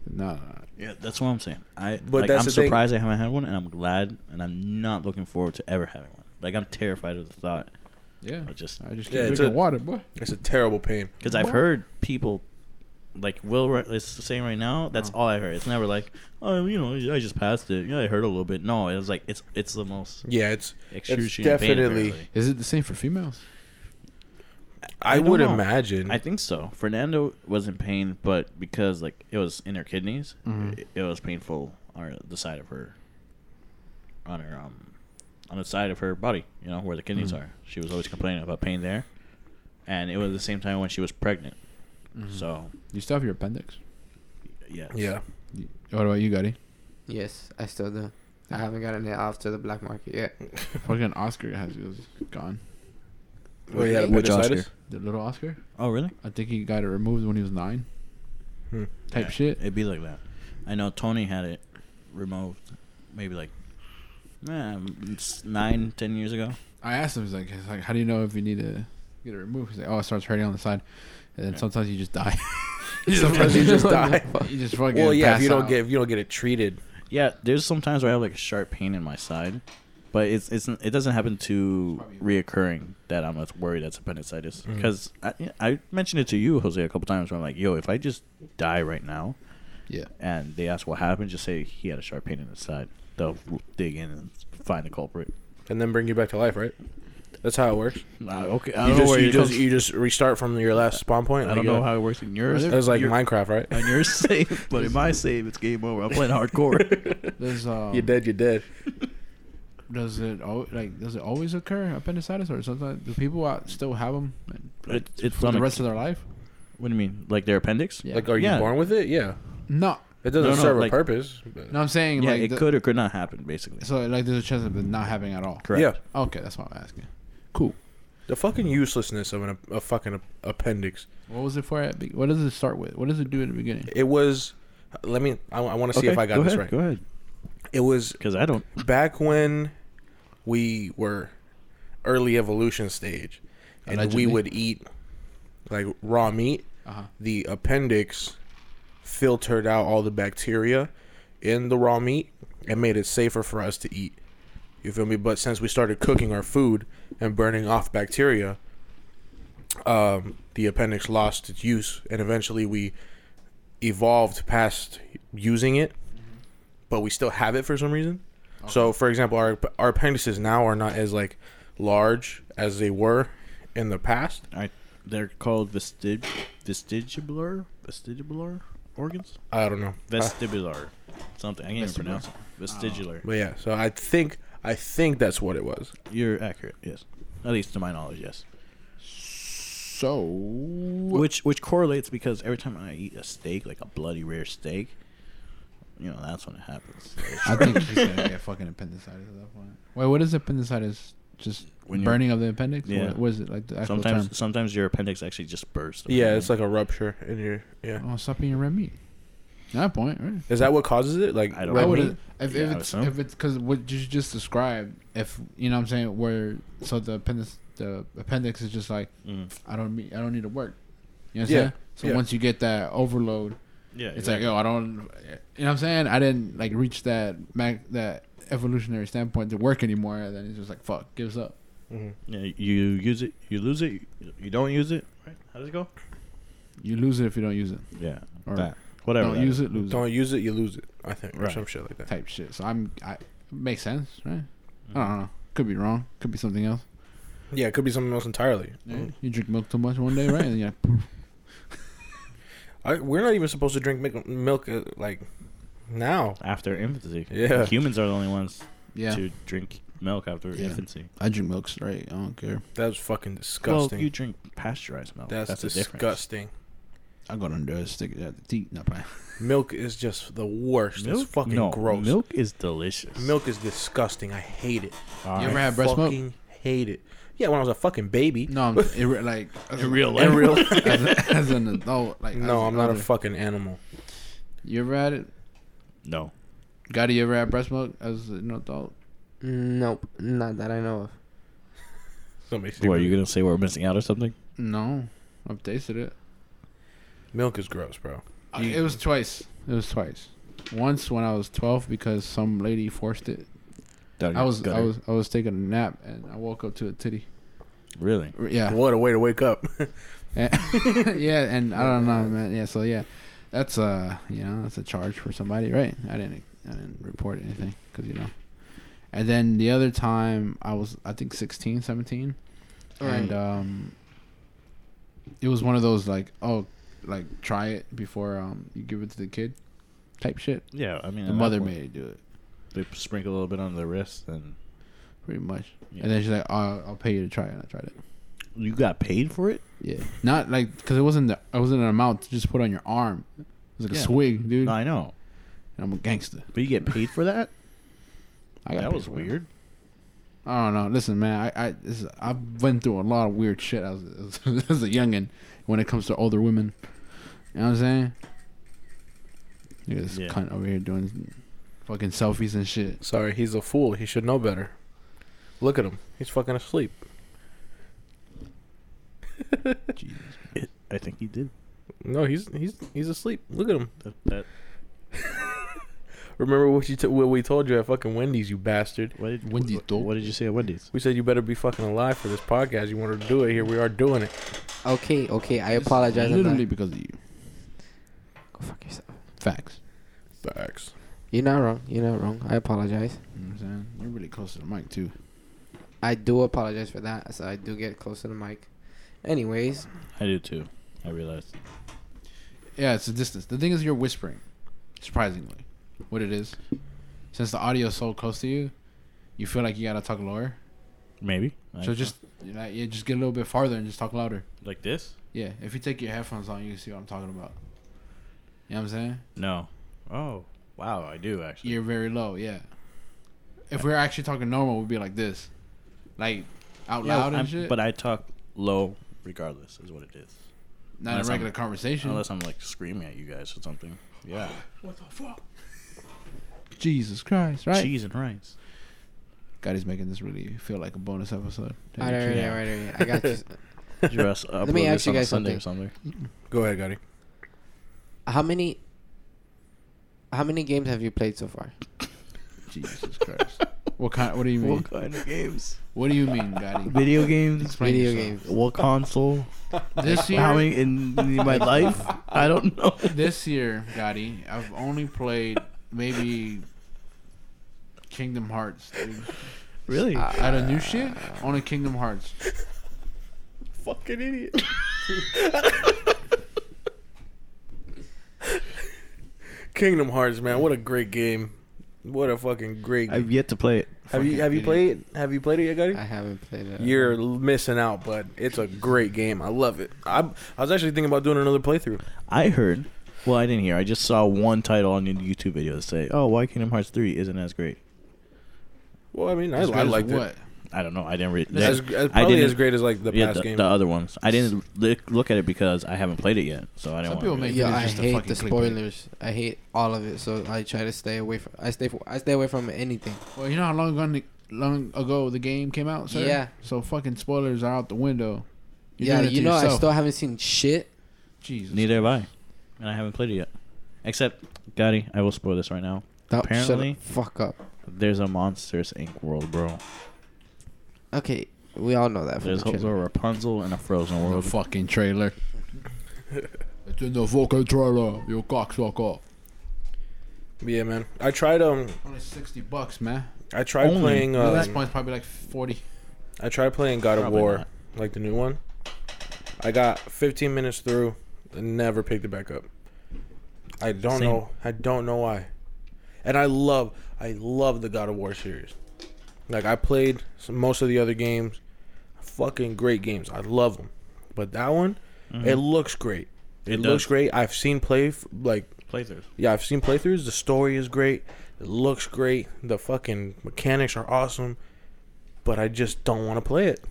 [SPEAKER 4] No, no, no.
[SPEAKER 3] yeah, that's what I'm saying. I
[SPEAKER 1] But
[SPEAKER 3] like,
[SPEAKER 1] that's
[SPEAKER 3] I'm
[SPEAKER 1] the thing.
[SPEAKER 3] surprised I haven't had one, and I'm glad, and I'm not looking forward to ever having one. Like I'm terrified of the thought
[SPEAKER 4] yeah.
[SPEAKER 3] of just
[SPEAKER 4] I just keep
[SPEAKER 1] Yeah, it's
[SPEAKER 4] drinking
[SPEAKER 1] a-
[SPEAKER 4] water, boy.
[SPEAKER 1] It's a terrible pain.
[SPEAKER 3] because I've heard people like Will. Ri- It's the same right now. That's all I heard. It's never like oh you know I just passed it. Yeah, I heard a little bit. No, it was like it's it's the most
[SPEAKER 1] Yeah, it's
[SPEAKER 3] excruciating.
[SPEAKER 1] definitely-
[SPEAKER 3] definitely.
[SPEAKER 4] Is it the same for females?
[SPEAKER 1] I,
[SPEAKER 3] I don't
[SPEAKER 1] would
[SPEAKER 3] know.
[SPEAKER 1] imagine.
[SPEAKER 3] I think so. Fernando was in pain, but because like it was in her kidneys,
[SPEAKER 4] Mhm.
[SPEAKER 3] it, it was painful on the side of her, on her um, on the side of her body. You know where the kidneys
[SPEAKER 4] Mhm.
[SPEAKER 3] are. She was always complaining about pain there, and it was the same time when she was pregnant.
[SPEAKER 4] Mm-hmm.
[SPEAKER 3] So
[SPEAKER 4] You still have your appendix.
[SPEAKER 3] yes.
[SPEAKER 1] yeah.
[SPEAKER 4] You- What about
[SPEAKER 1] [LAUGHS]
[SPEAKER 4] you, Gotti?
[SPEAKER 2] Yes, I still do. I haven't gotten it off to the black market yet.
[SPEAKER 4] Fucking Oscar has yours gone.
[SPEAKER 1] Well, he had
[SPEAKER 2] Which
[SPEAKER 1] appendicitis?
[SPEAKER 3] Oscar?
[SPEAKER 4] The little Oscar?
[SPEAKER 3] Oh really?
[SPEAKER 4] I think he got it removed when he was nine.
[SPEAKER 1] Hmm.
[SPEAKER 4] type
[SPEAKER 3] Yeah,
[SPEAKER 4] shit.
[SPEAKER 3] It'd be like that. I know Tony had it removed, maybe like eh, it's nine, ten years ago.
[SPEAKER 4] I asked him, he's like, he's like, how do you know if you need to get it removed? He's like, oh, it starts hurting on the side, and then sometimes you just die.
[SPEAKER 1] Sometimes [LAUGHS] you
[SPEAKER 4] [LAUGHS]
[SPEAKER 1] just die.
[SPEAKER 4] you just fucking
[SPEAKER 1] Well, yeah. If
[SPEAKER 4] pass
[SPEAKER 1] you don't
[SPEAKER 4] out.
[SPEAKER 1] get if you don't get it treated,
[SPEAKER 3] Yeah, there's sometimes where I have like a sharp pain in my side, but it's it's it doesn't happen too reoccurring that I'm as worried that's appendicitis
[SPEAKER 1] Mm.
[SPEAKER 3] because I I mentioned it to you Jose a couple times where I'm like, yo, if I just die right now
[SPEAKER 1] [LAUGHS]
[SPEAKER 4] yeah,
[SPEAKER 3] and they ask what happened, just say he had a sharp pain in his side. They'll dig in and find the culprit.
[SPEAKER 1] and then bring you back to life, right? That's how it works.
[SPEAKER 3] Uh, okay,
[SPEAKER 1] You
[SPEAKER 3] I don't know
[SPEAKER 1] just
[SPEAKER 3] where
[SPEAKER 1] you
[SPEAKER 3] it
[SPEAKER 1] just
[SPEAKER 3] comes-
[SPEAKER 1] you just restart from your last spawn point.
[SPEAKER 3] I don't
[SPEAKER 1] like,
[SPEAKER 3] know
[SPEAKER 1] uh,
[SPEAKER 3] how it works in yours.
[SPEAKER 1] It was like
[SPEAKER 3] [LAUGHS] Your-
[SPEAKER 1] Minecraft, right?
[SPEAKER 3] on your save, but in my save, it's game over. I'm playing
[SPEAKER 1] [LAUGHS]
[SPEAKER 3] hardcore.
[SPEAKER 4] does
[SPEAKER 1] [LAUGHS]
[SPEAKER 4] um,
[SPEAKER 1] You're dead. You're dead.
[SPEAKER 4] does it al- like does it always occur appendicitis or sometimes do people out still have them
[SPEAKER 3] It- it's
[SPEAKER 4] for
[SPEAKER 3] on
[SPEAKER 4] the
[SPEAKER 3] a-
[SPEAKER 4] rest of their life?
[SPEAKER 3] what do you mean? Like their appendix?
[SPEAKER 4] Yeah.
[SPEAKER 1] Like, are you
[SPEAKER 3] Yeah.
[SPEAKER 1] born with it? Yeah.
[SPEAKER 4] No,
[SPEAKER 1] It doesn't
[SPEAKER 3] No, no,
[SPEAKER 1] serve
[SPEAKER 3] like-
[SPEAKER 1] a purpose. but-
[SPEAKER 4] no, I'm saying
[SPEAKER 3] Yeah,
[SPEAKER 4] like
[SPEAKER 3] it
[SPEAKER 4] the-
[SPEAKER 3] could or could not happen, basically.
[SPEAKER 4] So like, there's a chance of it not happening at all.
[SPEAKER 3] Correct.
[SPEAKER 1] Yeah.
[SPEAKER 4] Okay, that's what I'm asking. Cool.
[SPEAKER 1] The fucking uselessness of an, a fucking appendix.
[SPEAKER 4] What was it for? At be- what does it start with? What does it do in the beginning?
[SPEAKER 1] It was. Let me. I, want to see if I got
[SPEAKER 3] go
[SPEAKER 1] this
[SPEAKER 3] ahead,
[SPEAKER 1] right.
[SPEAKER 3] Go ahead.
[SPEAKER 1] It was
[SPEAKER 3] Because I don't.
[SPEAKER 1] back when we were early evolution stage, and
[SPEAKER 4] Allegedly.
[SPEAKER 1] we would eat like raw meat.
[SPEAKER 4] Uh huh.
[SPEAKER 1] The appendix filtered out all the bacteria in the raw meat and made it safer for us to eat. You feel me? But since we started cooking our food and burning off bacteria, um, the appendix lost its use, and eventually we evolved past using it, but we still have it for some reason. So, for example, our our appendices now are not as like large as they were in the past.
[SPEAKER 3] I, they're called vestig, vestigibular, vestigibular organs.
[SPEAKER 1] I don't know, Uh,
[SPEAKER 3] Vestibular, something. I can't even pronounce it.
[SPEAKER 4] Oh.
[SPEAKER 3] Vestigilar.
[SPEAKER 1] but yeah. So I think I think that's what it was.
[SPEAKER 3] You're accurate. Yes. At least to my knowledge, yes.
[SPEAKER 4] So
[SPEAKER 3] Which which correlates because every time I eat a steak, like a bloody rare steak, you know that's when it happens.
[SPEAKER 4] I think he's gonna get fucking appendicitis at that point. Wait, what is appendicitis? Just
[SPEAKER 3] When you're-
[SPEAKER 4] burning of the appendix?
[SPEAKER 3] Yeah.
[SPEAKER 4] Or What is it like the actual
[SPEAKER 3] sometimes
[SPEAKER 4] term?
[SPEAKER 3] sometimes your appendix actually just bursts.
[SPEAKER 1] Yeah, it's like a rupture in your yeah.
[SPEAKER 4] Oh, stop eating red meat. At that point, right?
[SPEAKER 1] Is that what causes it? Like
[SPEAKER 3] I don't
[SPEAKER 1] red
[SPEAKER 4] I
[SPEAKER 3] know.
[SPEAKER 4] would
[SPEAKER 1] meat?
[SPEAKER 4] if, if
[SPEAKER 3] Yeah, I would
[SPEAKER 4] it's
[SPEAKER 3] assume.
[SPEAKER 4] if it's because what you just described. If you know what I'm saying, where so the appendix the appendix is just like
[SPEAKER 3] Mm.
[SPEAKER 4] I don't mean, I don't need to work. You know what I'm
[SPEAKER 1] Yeah,
[SPEAKER 4] saying? So
[SPEAKER 1] yeah.
[SPEAKER 4] once you get that overload,
[SPEAKER 3] Yeah,
[SPEAKER 4] it's like, yo, I don't. You know what I'm saying? I didn't like reach that mag, that evolutionary standpoint to work anymore. And then it's just like, fuck, gives up.
[SPEAKER 1] Mhm.
[SPEAKER 3] Yeah, you use it, you lose it, you don't use it. Right? How does it go?
[SPEAKER 4] You lose it if you don't use it,
[SPEAKER 3] Yeah,
[SPEAKER 4] or
[SPEAKER 3] that whatever.
[SPEAKER 4] don't use it, lose
[SPEAKER 1] Don't use it, you lose it. I think or
[SPEAKER 3] Right.
[SPEAKER 1] some shit like
[SPEAKER 4] it
[SPEAKER 1] that.
[SPEAKER 4] type shit. So I'm, I makes sense, right?
[SPEAKER 3] Mm-hmm.
[SPEAKER 4] I don't know. Could be wrong. Could be something else.
[SPEAKER 1] Yeah, it could be something else entirely.
[SPEAKER 3] Mm-hmm.
[SPEAKER 4] You drink milk too much one day, right? And you're
[SPEAKER 1] [LAUGHS]
[SPEAKER 4] like, poof.
[SPEAKER 1] I, we're not even supposed to drink milk, milk uh, like now.
[SPEAKER 3] after infancy.
[SPEAKER 1] Yeah.
[SPEAKER 3] humans are the only ones
[SPEAKER 4] yeah,
[SPEAKER 3] to drink milk after
[SPEAKER 4] Yeah.
[SPEAKER 3] infancy.
[SPEAKER 4] I drink milk straight. I don't care.
[SPEAKER 1] That was fucking disgusting.
[SPEAKER 3] Well, you drink pasteurized milk.
[SPEAKER 1] that's,
[SPEAKER 3] That's, the difference.
[SPEAKER 1] disgusting.
[SPEAKER 4] I go under it, stick it at the teeth. Not
[SPEAKER 1] [LAUGHS]
[SPEAKER 4] bad.
[SPEAKER 1] Milk is just the worst.
[SPEAKER 3] Milk,
[SPEAKER 1] it's fucking
[SPEAKER 3] no,
[SPEAKER 1] gross. Milk?
[SPEAKER 3] Milk is delicious.
[SPEAKER 1] is disgusting. I hate it.
[SPEAKER 3] All
[SPEAKER 4] You ever
[SPEAKER 1] I
[SPEAKER 4] had breast milk?
[SPEAKER 1] fucking hate it. Yeah, when I was a fucking baby.
[SPEAKER 4] No, I'm, it, re- like
[SPEAKER 3] in real life.
[SPEAKER 1] [LAUGHS] In real
[SPEAKER 3] [LAUGHS]
[SPEAKER 1] life.
[SPEAKER 4] [LAUGHS] as, a- as an adult, like as
[SPEAKER 1] No, I'm not a
[SPEAKER 4] older.
[SPEAKER 1] fucking animal.
[SPEAKER 4] You ever had it?
[SPEAKER 3] no,
[SPEAKER 4] Gotti, you ever had breast milk as an adult?
[SPEAKER 2] Nope, not that I know of.
[SPEAKER 1] Somebody
[SPEAKER 3] what are you gonna say? We're missing out or something?
[SPEAKER 4] No, I've tasted it.
[SPEAKER 1] Milk is gross, bro.
[SPEAKER 4] I- it was twice. It was twice. Once when I was twelve because some lady forced it.
[SPEAKER 3] Down
[SPEAKER 4] I
[SPEAKER 3] your
[SPEAKER 4] was I
[SPEAKER 3] gutter.
[SPEAKER 4] was I was taking a nap and I woke up to a titty.
[SPEAKER 3] really.
[SPEAKER 4] R- Yeah,
[SPEAKER 1] What a way to wake up. [LAUGHS]
[SPEAKER 4] yeah, and [LAUGHS] I don't know, man. Yeah, so yeah, that's uh you know that's a charge for somebody, right? I didn't I didn't report anything because you know. And then the other time I was I think 16, 17. and um, it was one of those like oh, like try it before um you give it to the kid, type shit.
[SPEAKER 3] Yeah, I mean,
[SPEAKER 4] The
[SPEAKER 3] at that
[SPEAKER 4] mother
[SPEAKER 3] point,
[SPEAKER 4] made it do it
[SPEAKER 3] They sprinkle a little bit on the wrist, and
[SPEAKER 4] pretty much,
[SPEAKER 3] Yeah.
[SPEAKER 4] and then she's like, oh, I'll pay you to try it. And I tried it.
[SPEAKER 3] you got paid for it.
[SPEAKER 4] Yeah, not like because it wasn't the, it wasn't an amount to just put on your arm. It was like
[SPEAKER 3] Yeah.
[SPEAKER 4] a swig, dude.
[SPEAKER 3] No, I know,
[SPEAKER 4] And I'm a gangster.
[SPEAKER 3] but you get paid for that.
[SPEAKER 4] [LAUGHS] I got
[SPEAKER 3] that
[SPEAKER 4] paid
[SPEAKER 3] was
[SPEAKER 4] for it.
[SPEAKER 3] weird.
[SPEAKER 4] I don't know. Listen, man, I I this, is- I've been through a lot of [LAUGHS] weird shit as as, as a youngin. When it comes to older women, you know what I'm saying? Look at this
[SPEAKER 3] Yeah.
[SPEAKER 4] cunt over here doing fucking selfies and shit.
[SPEAKER 1] Sorry, he's a fool. He should know better. Look at him. He's fucking asleep.
[SPEAKER 4] Jesus.
[SPEAKER 3] I think he did.
[SPEAKER 1] No, he's he's he's asleep. Look at him.
[SPEAKER 3] That, that,
[SPEAKER 1] Remember what you t- what we told you at fucking Wendy's, you bastard.
[SPEAKER 3] what, did,
[SPEAKER 4] Wendy's
[SPEAKER 3] what,
[SPEAKER 4] dope.
[SPEAKER 3] what did you say at Wendy's?
[SPEAKER 1] We said you better be fucking alive for this podcast. You wanted to do it. Here we are doing it.
[SPEAKER 2] Okay, okay, I apologize. I'm
[SPEAKER 4] Literally
[SPEAKER 2] not,
[SPEAKER 4] because of you.
[SPEAKER 2] go fuck yourself.
[SPEAKER 4] Facts.
[SPEAKER 1] Facts.
[SPEAKER 2] You're not wrong. You're not wrong. I apologize.
[SPEAKER 4] You know what I'm saying? You're really close to the mic too.
[SPEAKER 2] I do apologize for that. So I do get close to the mic. Anyways,
[SPEAKER 3] I do too. I realized.
[SPEAKER 4] Yeah, it's a distance. The thing is, you're whispering. Surprisingly, what it is, since the audio is so close to you, you feel like you gotta talk lower.
[SPEAKER 3] Maybe. I
[SPEAKER 4] so
[SPEAKER 3] don't
[SPEAKER 4] just you know, yeah, just get a little bit farther and just talk louder.
[SPEAKER 3] know. like this?
[SPEAKER 4] Yeah, if you take your headphones on, you can see what I'm talking about. You know what I'm saying?
[SPEAKER 3] No. Oh wow, I do actually.
[SPEAKER 4] You're very low. Yeah. If we we're actually talking normal, we'd be like this, like out
[SPEAKER 3] Yeah,
[SPEAKER 4] loud and
[SPEAKER 3] I'm-
[SPEAKER 4] shit.
[SPEAKER 3] But I talk low, regardless, is what it is.
[SPEAKER 4] not in
[SPEAKER 3] unless I'm-
[SPEAKER 4] regular conversation.
[SPEAKER 3] Unless I'm like screaming at you guys or something. Yeah. What the fuck?
[SPEAKER 4] Jesus Christ, right?
[SPEAKER 3] Cheese and rice.
[SPEAKER 4] God, he's making this really feel like a bonus episode.
[SPEAKER 2] all right, all right, all right, all right. I got
[SPEAKER 4] [LAUGHS]
[SPEAKER 2] you.
[SPEAKER 3] Dress up.
[SPEAKER 2] Let me
[SPEAKER 3] with
[SPEAKER 2] ask
[SPEAKER 3] uh, this
[SPEAKER 2] you
[SPEAKER 3] on a
[SPEAKER 2] guys
[SPEAKER 3] Sunday or something.
[SPEAKER 1] Go ahead, Gotti.
[SPEAKER 2] How many? How many games have you played so far?
[SPEAKER 4] Jesus Christ. [LAUGHS] What kind? What do you mean?
[SPEAKER 3] What kind of games?
[SPEAKER 4] What do you
[SPEAKER 2] [LAUGHS]
[SPEAKER 4] mean, Gotti?
[SPEAKER 3] Video games.
[SPEAKER 4] Explain
[SPEAKER 2] Video
[SPEAKER 4] yourself.
[SPEAKER 2] games.
[SPEAKER 3] What console?
[SPEAKER 4] This
[SPEAKER 3] How
[SPEAKER 4] year,
[SPEAKER 3] many in, in my life? I don't know.
[SPEAKER 4] this year, Gotti, I've only played maybe Kingdom Hearts. Dude.
[SPEAKER 3] Really?
[SPEAKER 4] Out of new shit, only Kingdom Hearts.
[SPEAKER 1] Fucking idiot. Kingdom Hearts, man. What a great game. What a fucking great.
[SPEAKER 3] I've yet to play it.
[SPEAKER 1] have you have you played have you played it yet,
[SPEAKER 2] I
[SPEAKER 1] Gotti?
[SPEAKER 2] haven't played it.
[SPEAKER 1] You're l- missing out, but it's a great game. I love it. I I was actually thinking about doing another playthrough.
[SPEAKER 3] I heard. Well, I didn't hear. I just saw one title on a YouTube video that say, "Oh, why Kingdom Hearts three isn't as great."
[SPEAKER 1] Well, I mean, I,
[SPEAKER 4] As
[SPEAKER 1] I
[SPEAKER 4] good as
[SPEAKER 1] liked
[SPEAKER 4] what?
[SPEAKER 1] it.
[SPEAKER 3] I don't know. I didn't read.
[SPEAKER 1] As, as
[SPEAKER 3] I
[SPEAKER 1] probably
[SPEAKER 3] didn't
[SPEAKER 1] as great as like the
[SPEAKER 3] yeah,
[SPEAKER 1] past
[SPEAKER 3] the,
[SPEAKER 1] game.
[SPEAKER 3] the other ones. I didn't li- look at it because I haven't played it yet, so I
[SPEAKER 4] Some
[SPEAKER 3] didn't
[SPEAKER 4] people
[SPEAKER 3] want.
[SPEAKER 4] make-
[SPEAKER 3] to.
[SPEAKER 4] It's
[SPEAKER 2] Yeah, I
[SPEAKER 4] just a
[SPEAKER 2] hate
[SPEAKER 4] fucking
[SPEAKER 2] the
[SPEAKER 4] clickbait.
[SPEAKER 2] spoilers. I hate all of it, so I try to stay away from. I stay. I stay away from anything.
[SPEAKER 4] Well, you know how long ago, the- long ago the game came out, sir?
[SPEAKER 2] Yeah.
[SPEAKER 4] So fucking spoilers are out the window. You're
[SPEAKER 2] yeah,
[SPEAKER 4] doing it
[SPEAKER 2] you
[SPEAKER 4] to
[SPEAKER 2] know, I
[SPEAKER 4] yourself.
[SPEAKER 2] still haven't seen shit.
[SPEAKER 4] Jesus.
[SPEAKER 3] Neither have I, and I haven't played it yet. Except, Gotti, I will spoil this right now.
[SPEAKER 2] Oh,
[SPEAKER 3] Apparently-
[SPEAKER 2] shut the fuck up.
[SPEAKER 3] There's a Monsters Inc. world, bro.
[SPEAKER 2] Okay, we all know that. From
[SPEAKER 3] There's
[SPEAKER 2] the
[SPEAKER 3] also
[SPEAKER 2] trailer.
[SPEAKER 3] a Rapunzel and a Frozen
[SPEAKER 4] The
[SPEAKER 3] world.
[SPEAKER 4] fucking trailer. it's in the fucking trailer. You cocksucker.
[SPEAKER 1] Yeah, man. I tried um
[SPEAKER 4] Only sixty bucks, man.
[SPEAKER 1] I tried
[SPEAKER 3] Only.
[SPEAKER 1] playing
[SPEAKER 4] At this
[SPEAKER 1] um,
[SPEAKER 4] point, it's probably like forty.
[SPEAKER 1] I tried playing God of
[SPEAKER 3] Probably
[SPEAKER 1] War,
[SPEAKER 3] not.
[SPEAKER 1] like the new one. I got 15 minutes through and never picked it back up. I don't
[SPEAKER 3] Same.
[SPEAKER 1] know. I don't know why. And I love I love the God of War series. Like I played s- most of the other games, fucking great games. I love them. But that one, it looks great. It,
[SPEAKER 3] Mm-hmm. It
[SPEAKER 1] looks
[SPEAKER 3] does.
[SPEAKER 1] great. I've seen play f- like
[SPEAKER 3] Playthroughs.
[SPEAKER 1] yeah, I've seen playthroughs. The story is great. It looks great. The fucking mechanics are awesome. But I just don't want to play it.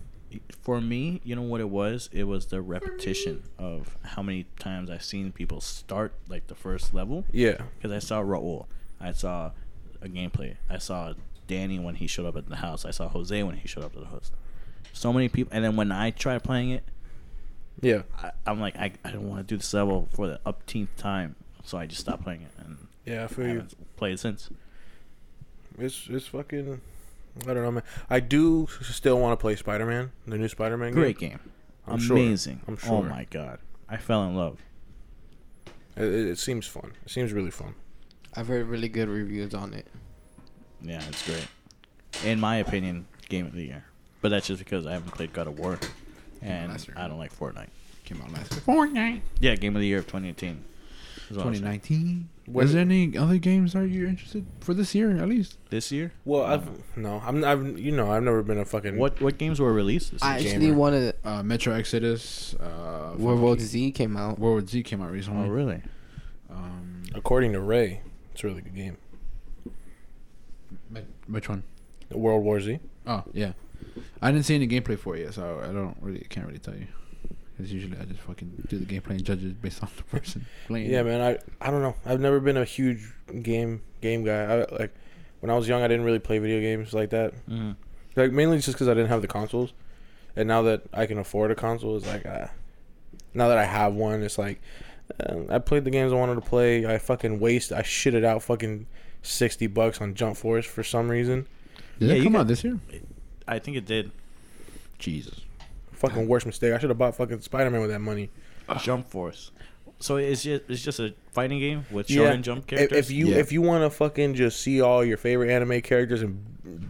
[SPEAKER 3] For me, you know what it was? It was the repetition of how many times I've seen people start like the first level.
[SPEAKER 1] Yeah.
[SPEAKER 3] Because I saw Raul, I saw a gameplay, I saw Danny when he showed up at the house, I saw Jose when he showed up at the house. So many people, and then when I tried playing it,
[SPEAKER 1] Yeah.
[SPEAKER 3] I, I'm like, I, I don't want to do this level for the upteenth time, so I just stopped playing it and
[SPEAKER 1] Yeah, I
[SPEAKER 3] I
[SPEAKER 1] feel you.
[SPEAKER 3] haven't played it since.
[SPEAKER 1] It's it's fucking I don't know, man. I do still want to play Spider-Man, the new Spider-Man game.
[SPEAKER 3] Great game,
[SPEAKER 1] I'm sure.
[SPEAKER 3] amazing.
[SPEAKER 1] I'm
[SPEAKER 3] Oh
[SPEAKER 1] sure.
[SPEAKER 3] my god, I fell in love.
[SPEAKER 1] It, it, it seems fun. It seems really fun.
[SPEAKER 2] I've heard really good reviews on it.
[SPEAKER 3] Yeah, it's great. In my opinion, game of the year. But that's just because I haven't played God of War, and
[SPEAKER 4] last year.
[SPEAKER 3] I don't like Fortnite.
[SPEAKER 4] Came out last Fortnite.
[SPEAKER 3] Yeah, game of the year of 2018. is what I'm saying.
[SPEAKER 4] 2019.
[SPEAKER 1] What-
[SPEAKER 4] Was there any other games that you're interested for this year at least?
[SPEAKER 3] This year?
[SPEAKER 1] Well, I've Um, no, I'm I've you know I've never been a fucking
[SPEAKER 3] What what games were released this
[SPEAKER 2] I
[SPEAKER 3] year?
[SPEAKER 2] actually
[SPEAKER 1] gamer.
[SPEAKER 2] wanted.
[SPEAKER 4] Uh, Metro Exodus. Uh,
[SPEAKER 2] World War
[SPEAKER 4] fucking-
[SPEAKER 2] Z came out.
[SPEAKER 4] World War Z came out recently.
[SPEAKER 3] Oh, really?
[SPEAKER 4] Um,
[SPEAKER 1] According to Ray, it's a really good game.
[SPEAKER 4] Met- which one?
[SPEAKER 1] World War Z.
[SPEAKER 4] Oh yeah, I didn't see any gameplay for it yet, so I don't really can't really tell you. Because usually I just fucking do the gameplay and judge it based on the person playing.
[SPEAKER 1] Yeah,
[SPEAKER 4] it.
[SPEAKER 1] man. I I don't know. I've never been a huge game game guy. I like when I was young, I didn't really play video games like that.
[SPEAKER 3] Mm.
[SPEAKER 1] Like mainly just because I didn't have the consoles, and now that I can afford a console, it's like uh, now that I have one, it's like uh, I played the games I wanted to play. I fucking waste. I shitted out fucking sixty bucks on Jump Force for some reason.
[SPEAKER 4] Did
[SPEAKER 3] Yeah,
[SPEAKER 4] it
[SPEAKER 3] you
[SPEAKER 4] come
[SPEAKER 3] got-
[SPEAKER 4] out this year?
[SPEAKER 3] I think it did.
[SPEAKER 4] Jesus.
[SPEAKER 1] Fucking worst mistake. I should have bought fucking Spider Man with that money.
[SPEAKER 3] Jump Force. So it's just it's just a fighting game with
[SPEAKER 1] Yeah.
[SPEAKER 3] shonen jump
[SPEAKER 1] If,
[SPEAKER 3] characters.
[SPEAKER 1] if you
[SPEAKER 4] Yeah.
[SPEAKER 1] if you want to fucking just see all your favorite anime characters and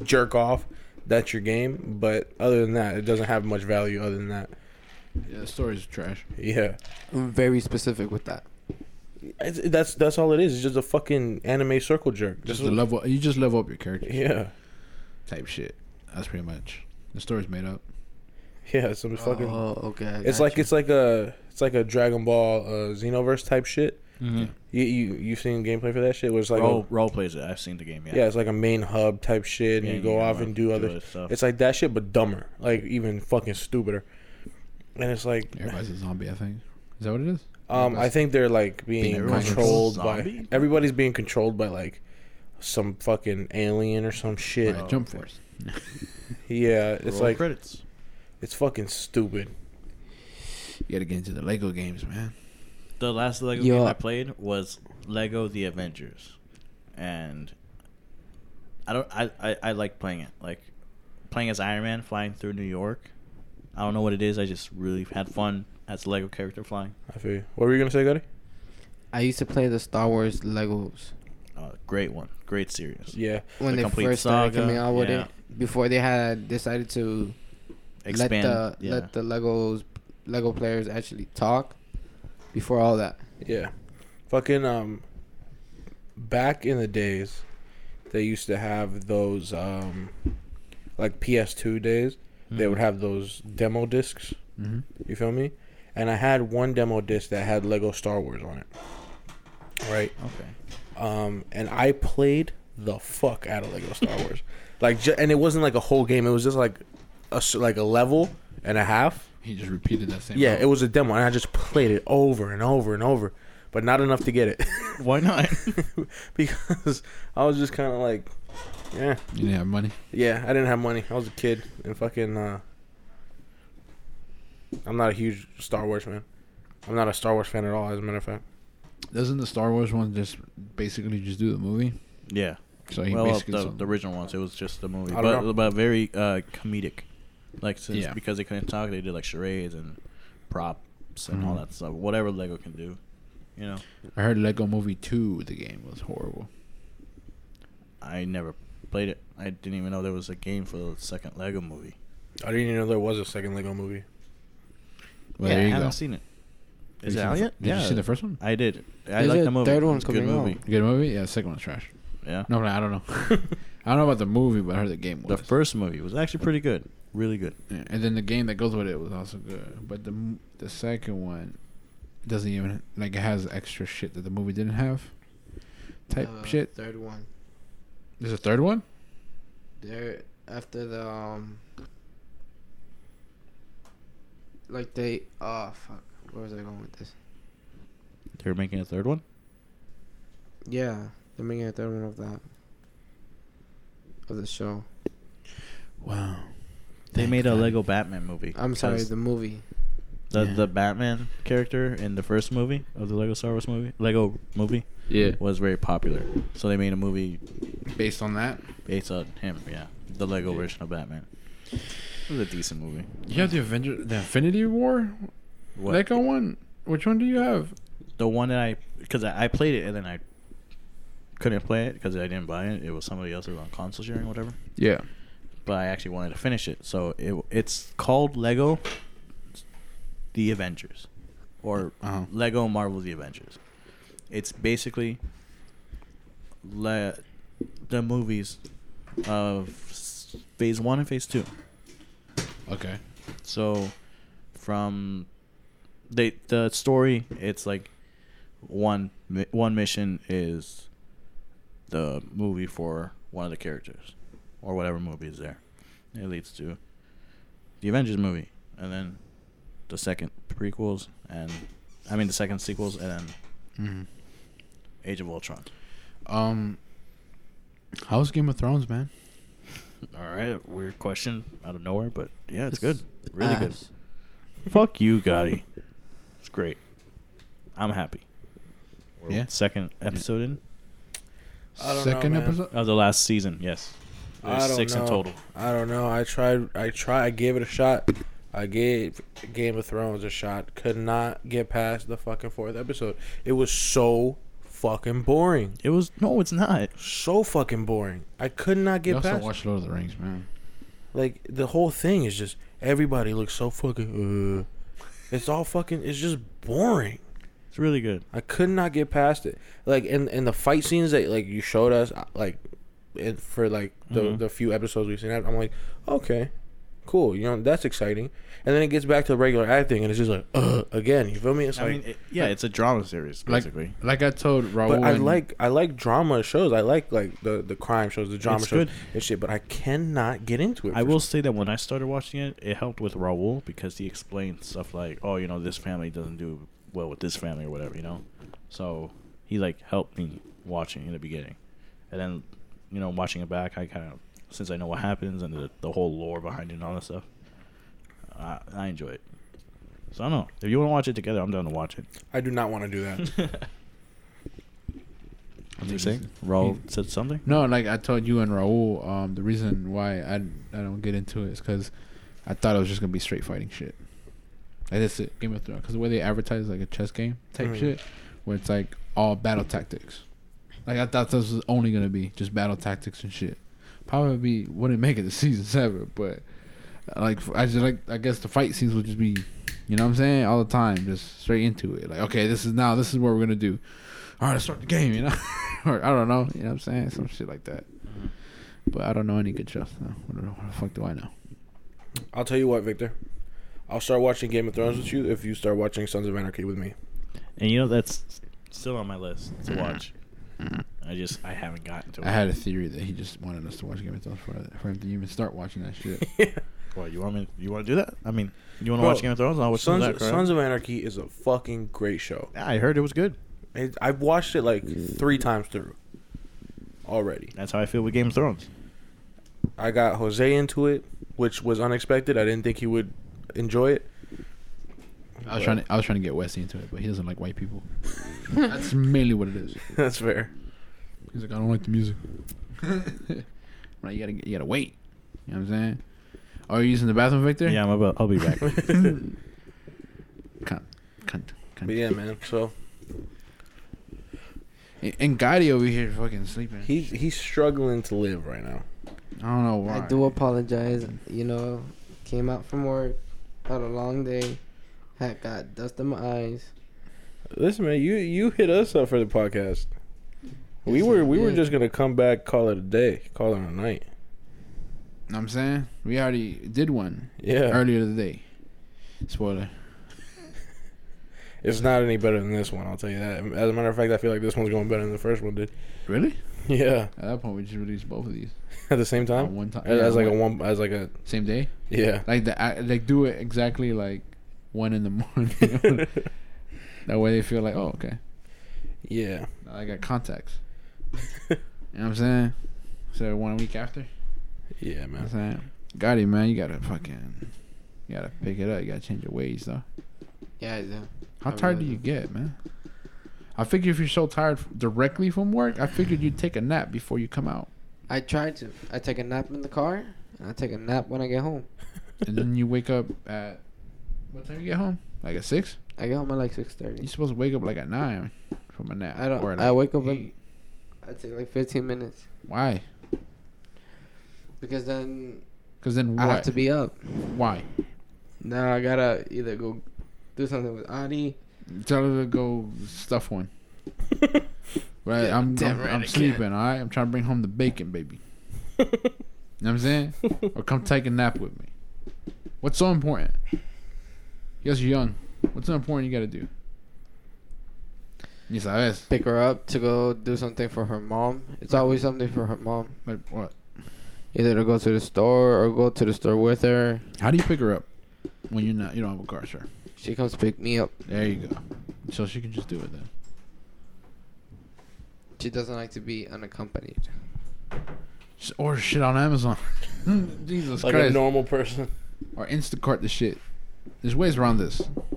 [SPEAKER 1] jerk off, that's your game. But other than that, it doesn't have much value. Other than that,
[SPEAKER 4] Yeah, the story's trash.
[SPEAKER 1] yeah,
[SPEAKER 2] I'm very specific with that.
[SPEAKER 1] it's, that's that's all it is. It's just a fucking anime circle jerk.
[SPEAKER 4] Just
[SPEAKER 1] Just
[SPEAKER 4] the level. You just level up your character
[SPEAKER 1] yeah,
[SPEAKER 4] type shit. That's pretty much. The story's made up.
[SPEAKER 1] yeah. Some fucking.
[SPEAKER 2] oh, okay. I
[SPEAKER 1] it's
[SPEAKER 2] got
[SPEAKER 1] like
[SPEAKER 2] you.
[SPEAKER 1] it's like a it's like a Dragon Ball uh, Xenoverse type shit.
[SPEAKER 3] Mhm.
[SPEAKER 1] You you you've seen gameplay for that shit? Where it's like a-
[SPEAKER 3] role, role plays it. I've seen the game. Oh, Yeah.
[SPEAKER 1] yeah, it's like a main hub type shit, and
[SPEAKER 3] Yeah,
[SPEAKER 1] you go off
[SPEAKER 3] up
[SPEAKER 1] and do other.
[SPEAKER 3] stuff.
[SPEAKER 1] It's like that shit, but dumber. Like even fucking stupider. And it's like
[SPEAKER 4] Everybody's a zombie, I think. Is that what it is?
[SPEAKER 1] Um, I think they're like being
[SPEAKER 4] everyone's a
[SPEAKER 1] controlled by
[SPEAKER 3] zombie?
[SPEAKER 1] everybody's being controlled by like some fucking alien or some shit.
[SPEAKER 4] Right, Jump Force.
[SPEAKER 1] Yeah, it's
[SPEAKER 3] Roll
[SPEAKER 1] like
[SPEAKER 3] credits.
[SPEAKER 1] it's fucking stupid.
[SPEAKER 4] [LAUGHS] You gotta get into the Lego games, man.
[SPEAKER 3] The last Lego
[SPEAKER 2] Yeah.
[SPEAKER 3] game I played was Lego The Avengers, and I don't. I I, I like playing it. Like playing as Iron Man flying through New York. I don't know what it is. I just really had fun as a Lego character flying.
[SPEAKER 1] I feel. You. What were you gonna say, Gotti?
[SPEAKER 2] I used to play the Star Wars Legos
[SPEAKER 3] Uh, great one. Great series.
[SPEAKER 1] Yeah,
[SPEAKER 2] when
[SPEAKER 3] The
[SPEAKER 2] they
[SPEAKER 3] complete
[SPEAKER 2] first started
[SPEAKER 3] saga,
[SPEAKER 2] coming out with
[SPEAKER 3] yeah.
[SPEAKER 2] it. Before they had decided to
[SPEAKER 3] Expand.
[SPEAKER 2] let the
[SPEAKER 3] yeah.
[SPEAKER 2] let the Legos Lego players actually talk. Before all that,
[SPEAKER 1] yeah. Fucking um, back in the days, they used to have those um, like PS2 days.
[SPEAKER 3] Mm-hmm.
[SPEAKER 1] They would have those demo discs.
[SPEAKER 4] Mm-hmm.
[SPEAKER 1] You feel me? And I had one demo disc that had Lego Star Wars on it. Right.
[SPEAKER 3] Okay.
[SPEAKER 1] [LAUGHS] um, and I played the fuck out of Lego Star Wars, like, ju- and it wasn't like a whole game. It was just like a s- like a level and a half.
[SPEAKER 4] He just repeated that same.
[SPEAKER 1] Yeah, it was a demo, and I just played it over and over and over, but not enough to get it
[SPEAKER 3] Why not?
[SPEAKER 1] [LAUGHS] because I was just kind of like, yeah,
[SPEAKER 4] you didn't have money.
[SPEAKER 1] yeah. I didn't have money. I was a kid, and fucking, uh, I'm not a huge Star Wars fan. I'm not a Star Wars fan at all. As a matter of fact,
[SPEAKER 4] Doesn't the Star Wars one just basically just do the movie?
[SPEAKER 3] yeah.
[SPEAKER 4] So he
[SPEAKER 3] well,
[SPEAKER 4] basically
[SPEAKER 3] the,
[SPEAKER 4] some-
[SPEAKER 3] the original ones. It was just the movie,
[SPEAKER 1] I don't know.
[SPEAKER 3] but, but very uh, comedic. Like since
[SPEAKER 4] Yeah.
[SPEAKER 3] because they couldn't talk, they did like charades and props and all
[SPEAKER 4] Mhm.
[SPEAKER 3] that stuff. Whatever Lego can do, you know.
[SPEAKER 4] I heard Lego Movie Two. The game was horrible.
[SPEAKER 3] I never played it. I didn't even know there was a game for the second Lego movie.
[SPEAKER 1] I didn't even know there was a second Lego movie.
[SPEAKER 4] Well,
[SPEAKER 3] yeah,
[SPEAKER 4] there
[SPEAKER 3] I
[SPEAKER 4] you
[SPEAKER 3] haven't
[SPEAKER 4] go.
[SPEAKER 3] seen it.
[SPEAKER 4] Have
[SPEAKER 3] Is
[SPEAKER 4] you
[SPEAKER 3] it
[SPEAKER 4] seen
[SPEAKER 3] out
[SPEAKER 4] the-
[SPEAKER 3] yet?
[SPEAKER 4] Did you see the first one?
[SPEAKER 3] I did. I
[SPEAKER 2] There's
[SPEAKER 3] like
[SPEAKER 2] a
[SPEAKER 3] the movie.
[SPEAKER 2] third one
[SPEAKER 3] It's a good
[SPEAKER 2] coming out.
[SPEAKER 3] movie.
[SPEAKER 4] Good movie. Yeah, the second one's trash.
[SPEAKER 3] Yeah.
[SPEAKER 4] No, no, I don't know. I don't know about the movie, but I heard the game
[SPEAKER 3] The
[SPEAKER 4] was.
[SPEAKER 3] first movie was actually pretty good. Really good.
[SPEAKER 4] Yeah, and then the game that goes with it was also good. But the m- the second one doesn't even like it has extra shit that the movie didn't have. Type
[SPEAKER 2] Uh,
[SPEAKER 4] shit.
[SPEAKER 2] Third one.
[SPEAKER 4] There's a third one.
[SPEAKER 2] There after the um like they oh fuck where was I going with this?
[SPEAKER 3] They're making a third one.
[SPEAKER 2] Yeah, they're making a third one of that of the show.
[SPEAKER 4] Wow.
[SPEAKER 3] They
[SPEAKER 4] Thank
[SPEAKER 3] made a
[SPEAKER 4] God.
[SPEAKER 3] Lego Batman movie.
[SPEAKER 2] I'm sorry,
[SPEAKER 3] because
[SPEAKER 2] the movie.
[SPEAKER 3] the
[SPEAKER 4] Yeah.
[SPEAKER 3] the Batman character in the first movie of the Lego Star Wars movie, Lego movie,
[SPEAKER 4] Yeah.
[SPEAKER 3] was very popular. So they made a movie
[SPEAKER 4] Based on that,
[SPEAKER 3] based on him. Yeah, the Lego
[SPEAKER 4] Yeah.
[SPEAKER 3] version of Batman. It was a decent movie.
[SPEAKER 4] you have the Avenger, the Infinity War
[SPEAKER 3] What
[SPEAKER 4] Lego one. Which one do you have?
[SPEAKER 3] the one that I because I, I played it and then I couldn't play it because I didn't buy it. It was somebody else's on console sharing or whatever.
[SPEAKER 4] Yeah.
[SPEAKER 3] But I actually wanted to finish it, so it it's called Lego The Avengers or
[SPEAKER 4] Uh-huh.
[SPEAKER 3] Lego Marvel The Avengers. It's basically le- the movies of s- Phase 1 and Phase 2.
[SPEAKER 4] Okay.
[SPEAKER 3] So from they the story it's like one mi- one mission is the movie for one of the characters or whatever movie is there. It leads to the Avengers movie and then the second prequels, and I mean the second sequels, and then
[SPEAKER 4] hmm
[SPEAKER 3] Age of Ultron.
[SPEAKER 4] Um, how's Game of Thrones, man?
[SPEAKER 3] All right, weird question out of nowhere, but yeah, it's good, really good.
[SPEAKER 2] Ass.
[SPEAKER 3] Fuck you, Gotti. It's great. I'm happy. We're
[SPEAKER 4] Yeah.
[SPEAKER 3] Second episode in
[SPEAKER 1] I don't know,
[SPEAKER 4] Second
[SPEAKER 1] man.
[SPEAKER 4] episode.
[SPEAKER 3] of the last season. Yes. There's
[SPEAKER 1] I don't
[SPEAKER 3] six
[SPEAKER 1] know.
[SPEAKER 3] in total.
[SPEAKER 1] I don't know. I tried. I tried. I gave it a shot. I gave Game of Thrones a shot. Could not get past the fucking fourth episode. It was so fucking boring.
[SPEAKER 3] It was no, it's not.
[SPEAKER 1] So fucking boring. I could not
[SPEAKER 4] You
[SPEAKER 1] get
[SPEAKER 4] also
[SPEAKER 1] past.
[SPEAKER 4] watched Lord of the Rings, man.
[SPEAKER 1] Like the whole thing is just everybody looks so fucking. Uh, it's all fucking. It's just boring.
[SPEAKER 3] It's really good.
[SPEAKER 1] I could not get past it. Like in in the fight scenes that like you showed us, I- like in, for like the
[SPEAKER 3] Mhm.
[SPEAKER 1] the few episodes we've seen, I'm like, okay, cool. You know that's exciting. And then it gets back to the regular acting, and it's just like uh, again. You feel me? It's
[SPEAKER 3] I
[SPEAKER 1] like,
[SPEAKER 3] mean, it, yeah, it's a drama series
[SPEAKER 4] Like,
[SPEAKER 3] basically.
[SPEAKER 4] like I told Raul.
[SPEAKER 1] but I
[SPEAKER 4] and-
[SPEAKER 1] like I like drama shows. I like like the the crime shows, the drama
[SPEAKER 3] It's
[SPEAKER 1] shows
[SPEAKER 3] good.
[SPEAKER 1] and shit. But I cannot get into it.
[SPEAKER 3] I
[SPEAKER 1] for
[SPEAKER 3] will say that when I started watching it, it helped with Raul because he explained stuff like, "Oh, you know, this family doesn't do well with this family or whatever," you know. So he like helped me watching in the beginning, and then you know watching it back, I kind of since I know what happens and the, the whole lore behind it and all that stuff, I, I enjoy it. So I don't know if you want to watch it together, I'm down to watch it.
[SPEAKER 1] I do not want to do that.
[SPEAKER 3] What you saying? Raul said something.
[SPEAKER 4] No, like I told you and Raul, um, the reason why I I don't get into it is because I thought it was just gonna be straight fighting shit. Like that's it, Game of Thrones. Because the way they advertise is like a chess game type
[SPEAKER 1] Mhm.
[SPEAKER 4] shit, where it's like all battle tactics. Like I thought this was only gonna be just battle tactics and shit. Probably wouldn't make it to [LAUGHS] season seven, but like I just like I guess the fight scenes would just be, you know what I'm saying, all the time, just straight into it. Like okay, this is now this is what we're gonna do. All right, let's start the game, you know, [LAUGHS] or I don't know, you know what I'm saying, some shit like that. But I don't know any good shows. Though. What, the- what the fuck do I know?
[SPEAKER 1] I'll tell you what, Victor. I'll start watching Game of Thrones with you if you start watching Sons of Anarchy with [LAUGHS] me.
[SPEAKER 3] And you know that's still on my list to watch. I just Mm-hmm. I haven't gotten to it.
[SPEAKER 4] I had a theory that he just wanted us to watch Game of Thrones for, for him to even start watching that shit.
[SPEAKER 3] Well, you want me? You want to do that? I mean, you want to
[SPEAKER 1] Bro,
[SPEAKER 3] watch Game of Thrones? I'll watch some
[SPEAKER 1] Sons,
[SPEAKER 3] of that. crap.
[SPEAKER 1] Sons of Anarchy is a fucking great show.
[SPEAKER 3] Yeah, I heard it was good.
[SPEAKER 1] It, I've watched it like three times through already.
[SPEAKER 3] That's how I feel with Game of Thrones.
[SPEAKER 1] I got Jose into it, which was unexpected. I didn't think he would enjoy it.
[SPEAKER 4] I was trying to I was trying to get Wesley into it, but he doesn't like white people. That's mainly what it is.
[SPEAKER 1] [LAUGHS] That's [LAUGHS] fair.
[SPEAKER 4] He's like, I don't like the music. [LAUGHS] right, you gotta you gotta wait. You know what I'm saying? Are you using the bathroom, Victor?
[SPEAKER 3] Yeah, I'm about. I'll be [LAUGHS] back.
[SPEAKER 4] Cunt, cunt,
[SPEAKER 1] But
[SPEAKER 4] cunt.
[SPEAKER 1] yeah, man. So
[SPEAKER 4] And- And Gotti over here fucking sleeping.
[SPEAKER 1] he's he's struggling to live right now.
[SPEAKER 4] I don't know why.
[SPEAKER 2] I do apologize. You know, came out from work, had a long day, had got dust in my eyes.
[SPEAKER 1] Listen, man. You you hit us up for the podcast. We
[SPEAKER 2] Yes,
[SPEAKER 1] were
[SPEAKER 2] I
[SPEAKER 1] we were
[SPEAKER 2] did.
[SPEAKER 1] just gonna come back, call it a day, call it a night.
[SPEAKER 4] know what I'm saying? We already did one
[SPEAKER 1] Yeah,
[SPEAKER 4] earlier today. Spoiler.
[SPEAKER 1] it's not any better than this one. I'll tell you that. As a matter of fact, I feel like this one's going better than the first one did. [LAUGHS]
[SPEAKER 4] Really?
[SPEAKER 1] Yeah,
[SPEAKER 4] At that point, we just released both of these
[SPEAKER 1] at the same
[SPEAKER 4] at
[SPEAKER 1] time,
[SPEAKER 4] one time.
[SPEAKER 1] as, as
[SPEAKER 4] Yeah,
[SPEAKER 1] like a
[SPEAKER 4] one-
[SPEAKER 1] one, as like a
[SPEAKER 4] same day.
[SPEAKER 1] yeah. [LAUGHS]
[SPEAKER 4] Like the I- like do it exactly like one in the [LAUGHS]
[SPEAKER 1] [LAUGHS]
[SPEAKER 4] morning. that way they feel like, oh okay,
[SPEAKER 1] Yeah.
[SPEAKER 4] I got
[SPEAKER 1] [LAUGHS]
[SPEAKER 4] contacts. you know what I'm saying? So one week after.
[SPEAKER 1] Yeah,
[SPEAKER 4] You know
[SPEAKER 1] man.
[SPEAKER 4] what I'm saying, Gotti man, you gotta fucking, you gotta pick it up. You gotta change your ways though.
[SPEAKER 2] Yeah, I do.
[SPEAKER 4] How
[SPEAKER 1] Oh,
[SPEAKER 2] I
[SPEAKER 4] tired do
[SPEAKER 2] really
[SPEAKER 4] you
[SPEAKER 2] do.
[SPEAKER 4] get, man? I figure if you're so tired f- directly from work, I figured you'd take a nap before you come out,
[SPEAKER 2] I try to. I take a nap in the car, and I take a nap when I get home.
[SPEAKER 4] and then you wake up at what time you get home? Like at six.
[SPEAKER 2] I get home at like six
[SPEAKER 4] You're
[SPEAKER 2] thirty.
[SPEAKER 4] supposed to wake up like at nine from a nap.
[SPEAKER 2] I don't-
[SPEAKER 4] or at,
[SPEAKER 2] I wake up at-
[SPEAKER 4] eight.
[SPEAKER 2] I take like fifteen minutes
[SPEAKER 4] Why?
[SPEAKER 2] because then
[SPEAKER 4] Because then what?
[SPEAKER 2] I have to be up.
[SPEAKER 4] Why?
[SPEAKER 2] Now I gotta either go do something with Adi.
[SPEAKER 4] Tell her to go stuff
[SPEAKER 2] [LAUGHS]
[SPEAKER 4] one. right?
[SPEAKER 2] Yeah,
[SPEAKER 4] I'm
[SPEAKER 2] damn
[SPEAKER 4] I'm,
[SPEAKER 2] right
[SPEAKER 4] I'm
[SPEAKER 2] I can.
[SPEAKER 4] sleeping. All right. I'm trying to bring home the
[SPEAKER 2] [LAUGHS]
[SPEAKER 4] bacon, baby. you know what I'm saying? Or come take a nap with me. What's so important? You guys are young. What's so important? You got to do. You sabes?
[SPEAKER 2] Pick her up to go do something for her mom. It's always something for her mom.
[SPEAKER 4] Like what?
[SPEAKER 2] Either to go to the store or go to the store with her.
[SPEAKER 4] How do you pick her up? when you're not you don't have a car, sure.
[SPEAKER 2] She comes pick me up.
[SPEAKER 4] There you go. So she can just do it then.
[SPEAKER 2] She doesn't like to be unaccompanied.
[SPEAKER 4] Just order shit on Amazon. [LAUGHS] Jesus
[SPEAKER 1] Like a
[SPEAKER 4] Christ.
[SPEAKER 1] normal person.
[SPEAKER 4] or Instacart the shit. There's ways around this. All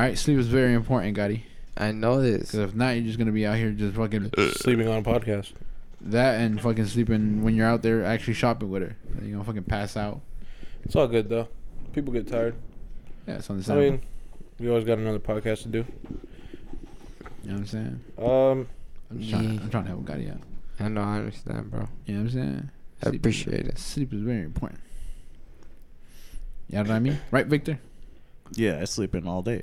[SPEAKER 4] right, sleep is very important, Gotti.
[SPEAKER 2] I know this.
[SPEAKER 4] Because if not, you're just gonna be out here just
[SPEAKER 1] [CLEARS THROAT]
[SPEAKER 4] fucking
[SPEAKER 1] Sleeping on a podcast.
[SPEAKER 4] that and fucking sleeping when you're out there actually shopping with her. Then You're gonna fucking pass out.
[SPEAKER 1] It's all good though. People get tired.
[SPEAKER 4] Yeah, it's
[SPEAKER 1] I
[SPEAKER 4] understandable.
[SPEAKER 1] mean, we always got another podcast to do.
[SPEAKER 4] you know what I'm saying?
[SPEAKER 1] Um,
[SPEAKER 4] I'm, just trying,
[SPEAKER 2] Yeah.
[SPEAKER 4] I'm trying to help Gotti out.
[SPEAKER 2] I know. I understand, bro.
[SPEAKER 4] You know what I'm saying?
[SPEAKER 2] I appreciate it.
[SPEAKER 4] Sleep is very important. You know what I mean? Right, Victor?
[SPEAKER 3] Yeah, I sleep in all day.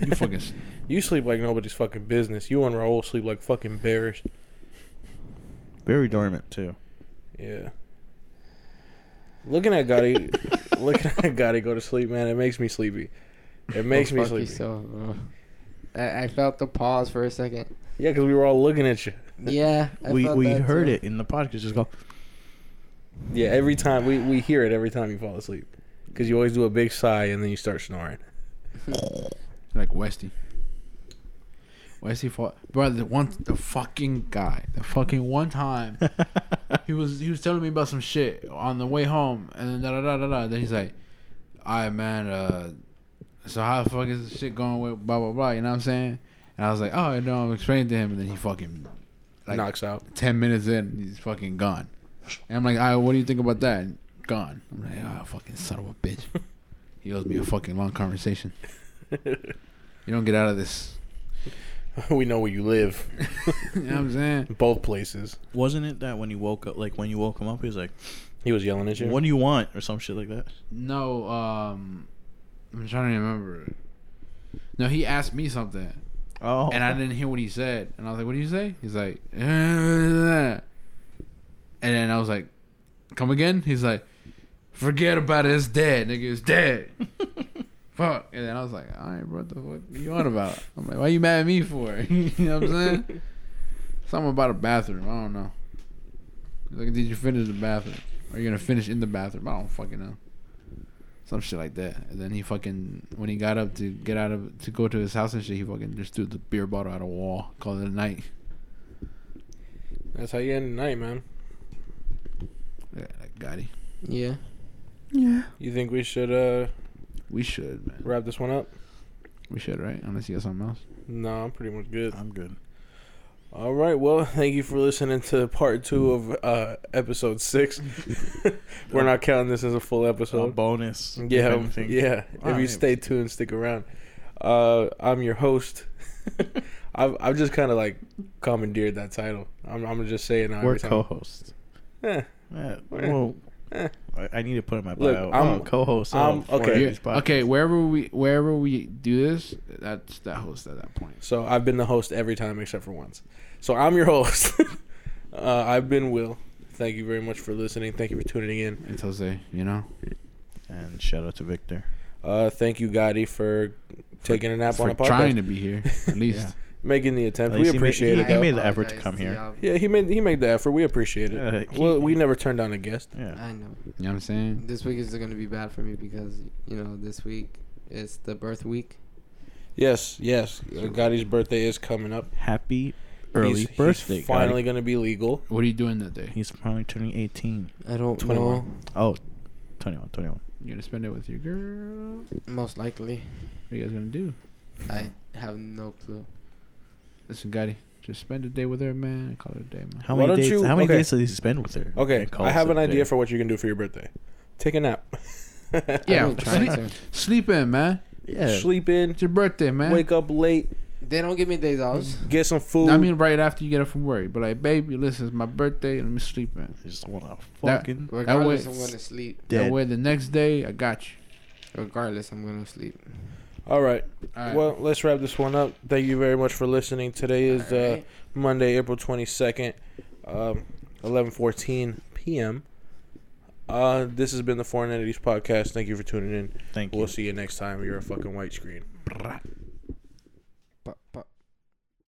[SPEAKER 4] You fucking. s-
[SPEAKER 1] you sleep like nobody's fucking business. You and Raul sleep like fucking bears.
[SPEAKER 3] Very dormant too.
[SPEAKER 1] Yeah. Looking at Gotti, looking at Gotti go to sleep, man, it makes me sleepy. It makes
[SPEAKER 2] Go
[SPEAKER 1] me
[SPEAKER 2] fuck
[SPEAKER 1] sleepy. Yeah, 'cause
[SPEAKER 2] yourself, bro. I, I felt the pause for a second.
[SPEAKER 1] Yeah, because we were all looking at you.
[SPEAKER 2] Yeah, I
[SPEAKER 3] we
[SPEAKER 2] felt
[SPEAKER 3] we
[SPEAKER 2] that
[SPEAKER 3] heard
[SPEAKER 2] too.
[SPEAKER 3] it in the podcast. Just go. [LAUGHS]
[SPEAKER 1] Yeah, every time we, we hear it every time you fall asleep, because you always do a big sigh and then you start snoring.
[SPEAKER 4] Like Westy. Westy fought. Bro, the one. The fucking guy. The fucking one
[SPEAKER 3] [LAUGHS]
[SPEAKER 4] time. he was he was telling me about some shit on the way home, and then da da da da da. Then he's like, "All right, man. Uh, so how the fuck is this shit going with blah blah blah?" You know what I'm saying? And I was like, "Oh, I know." I'm explaining to him, and then he fucking Like-
[SPEAKER 1] Knocks out.
[SPEAKER 4] ten minutes in, he's fucking gone. And I'm like, "All right, what do you think about that?" And gone. I'm like, "Oh, fucking son of a bitch." He owes me a fucking long conversation. you don't get out of this.
[SPEAKER 1] [LAUGHS]
[SPEAKER 4] [LAUGHS]
[SPEAKER 1] we know where you live,
[SPEAKER 4] you know what I'm saying?
[SPEAKER 1] both places.
[SPEAKER 3] Wasn't it that when you woke up, like when you woke him up, he was like,
[SPEAKER 1] He was yelling at you.
[SPEAKER 3] "What do you want?" or some shit like that.
[SPEAKER 4] No, um, I'm trying to remember. No, he asked me something.
[SPEAKER 3] Oh,
[SPEAKER 4] and I didn't hear what he said. And I was like, "What did you say?" He's like, "Eh." and then I was like, "Come again?" He's like, "Forget about it. It's dead, nigga. It's dead." Fuck. And then I was like, "All right, bro. What the fuck are you on about?" I'm like, "Why you mad at me for?" [LAUGHS] you know what I'm saying? Something about a bathroom. I don't know. He's like, "Did you finish the bathroom? Are you gonna finish in the bathroom?" I don't fucking know. Some shit like that. And then he fucking when he got up to get out of to go to his house and shit, he fucking just threw the beer bottle at a wall, called it a night.
[SPEAKER 1] That's how you end the night, man.
[SPEAKER 4] Yeah, like Gotti.
[SPEAKER 2] Yeah.
[SPEAKER 4] Yeah.
[SPEAKER 1] You think we should uh
[SPEAKER 4] We should, man.
[SPEAKER 1] wrap this one up?
[SPEAKER 4] We should, right? Unless you got something else.
[SPEAKER 1] No, I'm pretty much good.
[SPEAKER 3] [LAUGHS] I'm good.
[SPEAKER 1] All right. Well, [LAUGHS] thank you for listening to part two of uh, episode six. [LAUGHS] We're not counting this as a full
[SPEAKER 3] So
[SPEAKER 1] episode.
[SPEAKER 3] bonus.
[SPEAKER 1] yeah, um,
[SPEAKER 3] kind of thing.
[SPEAKER 1] yeah. If you
[SPEAKER 3] Alright.
[SPEAKER 1] stay tuned, stick around. Uh, I'm your
[SPEAKER 3] [LAUGHS]
[SPEAKER 1] host. I've I've just kind of like commandeered that title. I'm I'm just saying.
[SPEAKER 3] We're co-hosts. Yeah,
[SPEAKER 1] Eh.
[SPEAKER 3] well,
[SPEAKER 1] Eh.
[SPEAKER 3] I- I need to put in my bio.
[SPEAKER 1] Look, I'm-
[SPEAKER 3] I'm a co-host.
[SPEAKER 1] I'm-
[SPEAKER 3] of one of
[SPEAKER 1] okay.
[SPEAKER 4] Yeah,
[SPEAKER 3] these podcasts.
[SPEAKER 4] okay, wherever we wherever we do this, that's that host at that point.
[SPEAKER 1] So I've been the host every time except for once. So I'm your host. [LAUGHS] uh, I've been Will. Thank you very much for listening. Thank you for tuning in.
[SPEAKER 4] It's Jose, you know?
[SPEAKER 3] And shout out to Victor.
[SPEAKER 1] Uh, thank you, Gotti, for taking a nap
[SPEAKER 4] For
[SPEAKER 1] on a podcast,
[SPEAKER 4] trying to be here, at least.
[SPEAKER 1] making the attempt.
[SPEAKER 3] At
[SPEAKER 1] we
[SPEAKER 3] least Oh, he made-
[SPEAKER 1] appreciate
[SPEAKER 3] he-
[SPEAKER 1] it.
[SPEAKER 3] he
[SPEAKER 1] though.
[SPEAKER 3] made the effort to
[SPEAKER 2] Apologize
[SPEAKER 3] come here.
[SPEAKER 2] y'all.
[SPEAKER 1] yeah, he made he made the effort. We appreciate it.
[SPEAKER 3] Yeah, he-
[SPEAKER 1] well, we never turned down a guest.
[SPEAKER 3] [LAUGHS] Yeah.
[SPEAKER 2] I know.
[SPEAKER 4] You know what I'm saying?
[SPEAKER 2] This week is going to be bad for me because, you know, this week is the birth week.
[SPEAKER 1] Yes, yes. Uh, Gotti's birthday is coming up.
[SPEAKER 3] Happy early
[SPEAKER 1] He's- he's
[SPEAKER 3] birthday. Gotti.
[SPEAKER 1] finally going to be legal.
[SPEAKER 4] What are you doing that day?
[SPEAKER 3] He's finally turning 18.
[SPEAKER 2] I don't
[SPEAKER 1] 21.
[SPEAKER 3] Oh, 21, 21.
[SPEAKER 4] You gonna spend it with your girl? What
[SPEAKER 2] know. Most likely.
[SPEAKER 4] are you guys gonna do?
[SPEAKER 2] I have no clue.
[SPEAKER 4] Listen, Gotti, just spend a day with her, man. Call it a day, man.
[SPEAKER 3] How
[SPEAKER 1] Why
[SPEAKER 3] many
[SPEAKER 1] don't
[SPEAKER 3] days?
[SPEAKER 1] you-
[SPEAKER 3] how many
[SPEAKER 1] okay.
[SPEAKER 3] days did he spend with her?
[SPEAKER 1] Okay,
[SPEAKER 3] And call
[SPEAKER 1] I have
[SPEAKER 3] it
[SPEAKER 1] an
[SPEAKER 3] a
[SPEAKER 1] idea
[SPEAKER 3] day.
[SPEAKER 1] for what you can do for your birthday. Take a nap. [LAUGHS]
[SPEAKER 4] Yeah,
[SPEAKER 2] I've been trying
[SPEAKER 3] [LAUGHS]
[SPEAKER 4] sleep,
[SPEAKER 2] to.
[SPEAKER 4] sleep in, man.
[SPEAKER 3] yeah.
[SPEAKER 1] Sleep in.
[SPEAKER 4] It's your birthday, man.
[SPEAKER 1] Wake up late.
[SPEAKER 2] They don't give me days off.
[SPEAKER 1] Get some food.
[SPEAKER 4] I mean, right after you get up from work, but like, baby, listen, it's my birthday. Let me sleep in.
[SPEAKER 3] I just want to
[SPEAKER 4] That-
[SPEAKER 3] fucking
[SPEAKER 2] Regardless,
[SPEAKER 4] way-
[SPEAKER 2] I'm going to sleep.
[SPEAKER 4] That
[SPEAKER 3] dead.
[SPEAKER 4] way, the next day, I got you.
[SPEAKER 2] Regardless, I'm going to sleep.
[SPEAKER 1] All right.
[SPEAKER 4] All right.
[SPEAKER 1] Well, let's wrap this one up. Thank you very much for listening. Today is
[SPEAKER 2] All
[SPEAKER 1] uh,
[SPEAKER 2] right.
[SPEAKER 1] Monday, April twenty second, um, eleven fourteen p.m. Uh, this has been the Foreign Entities podcast. Thank you for tuning in.
[SPEAKER 3] Thank you.
[SPEAKER 1] We'll see you next time. You're a fucking white screen.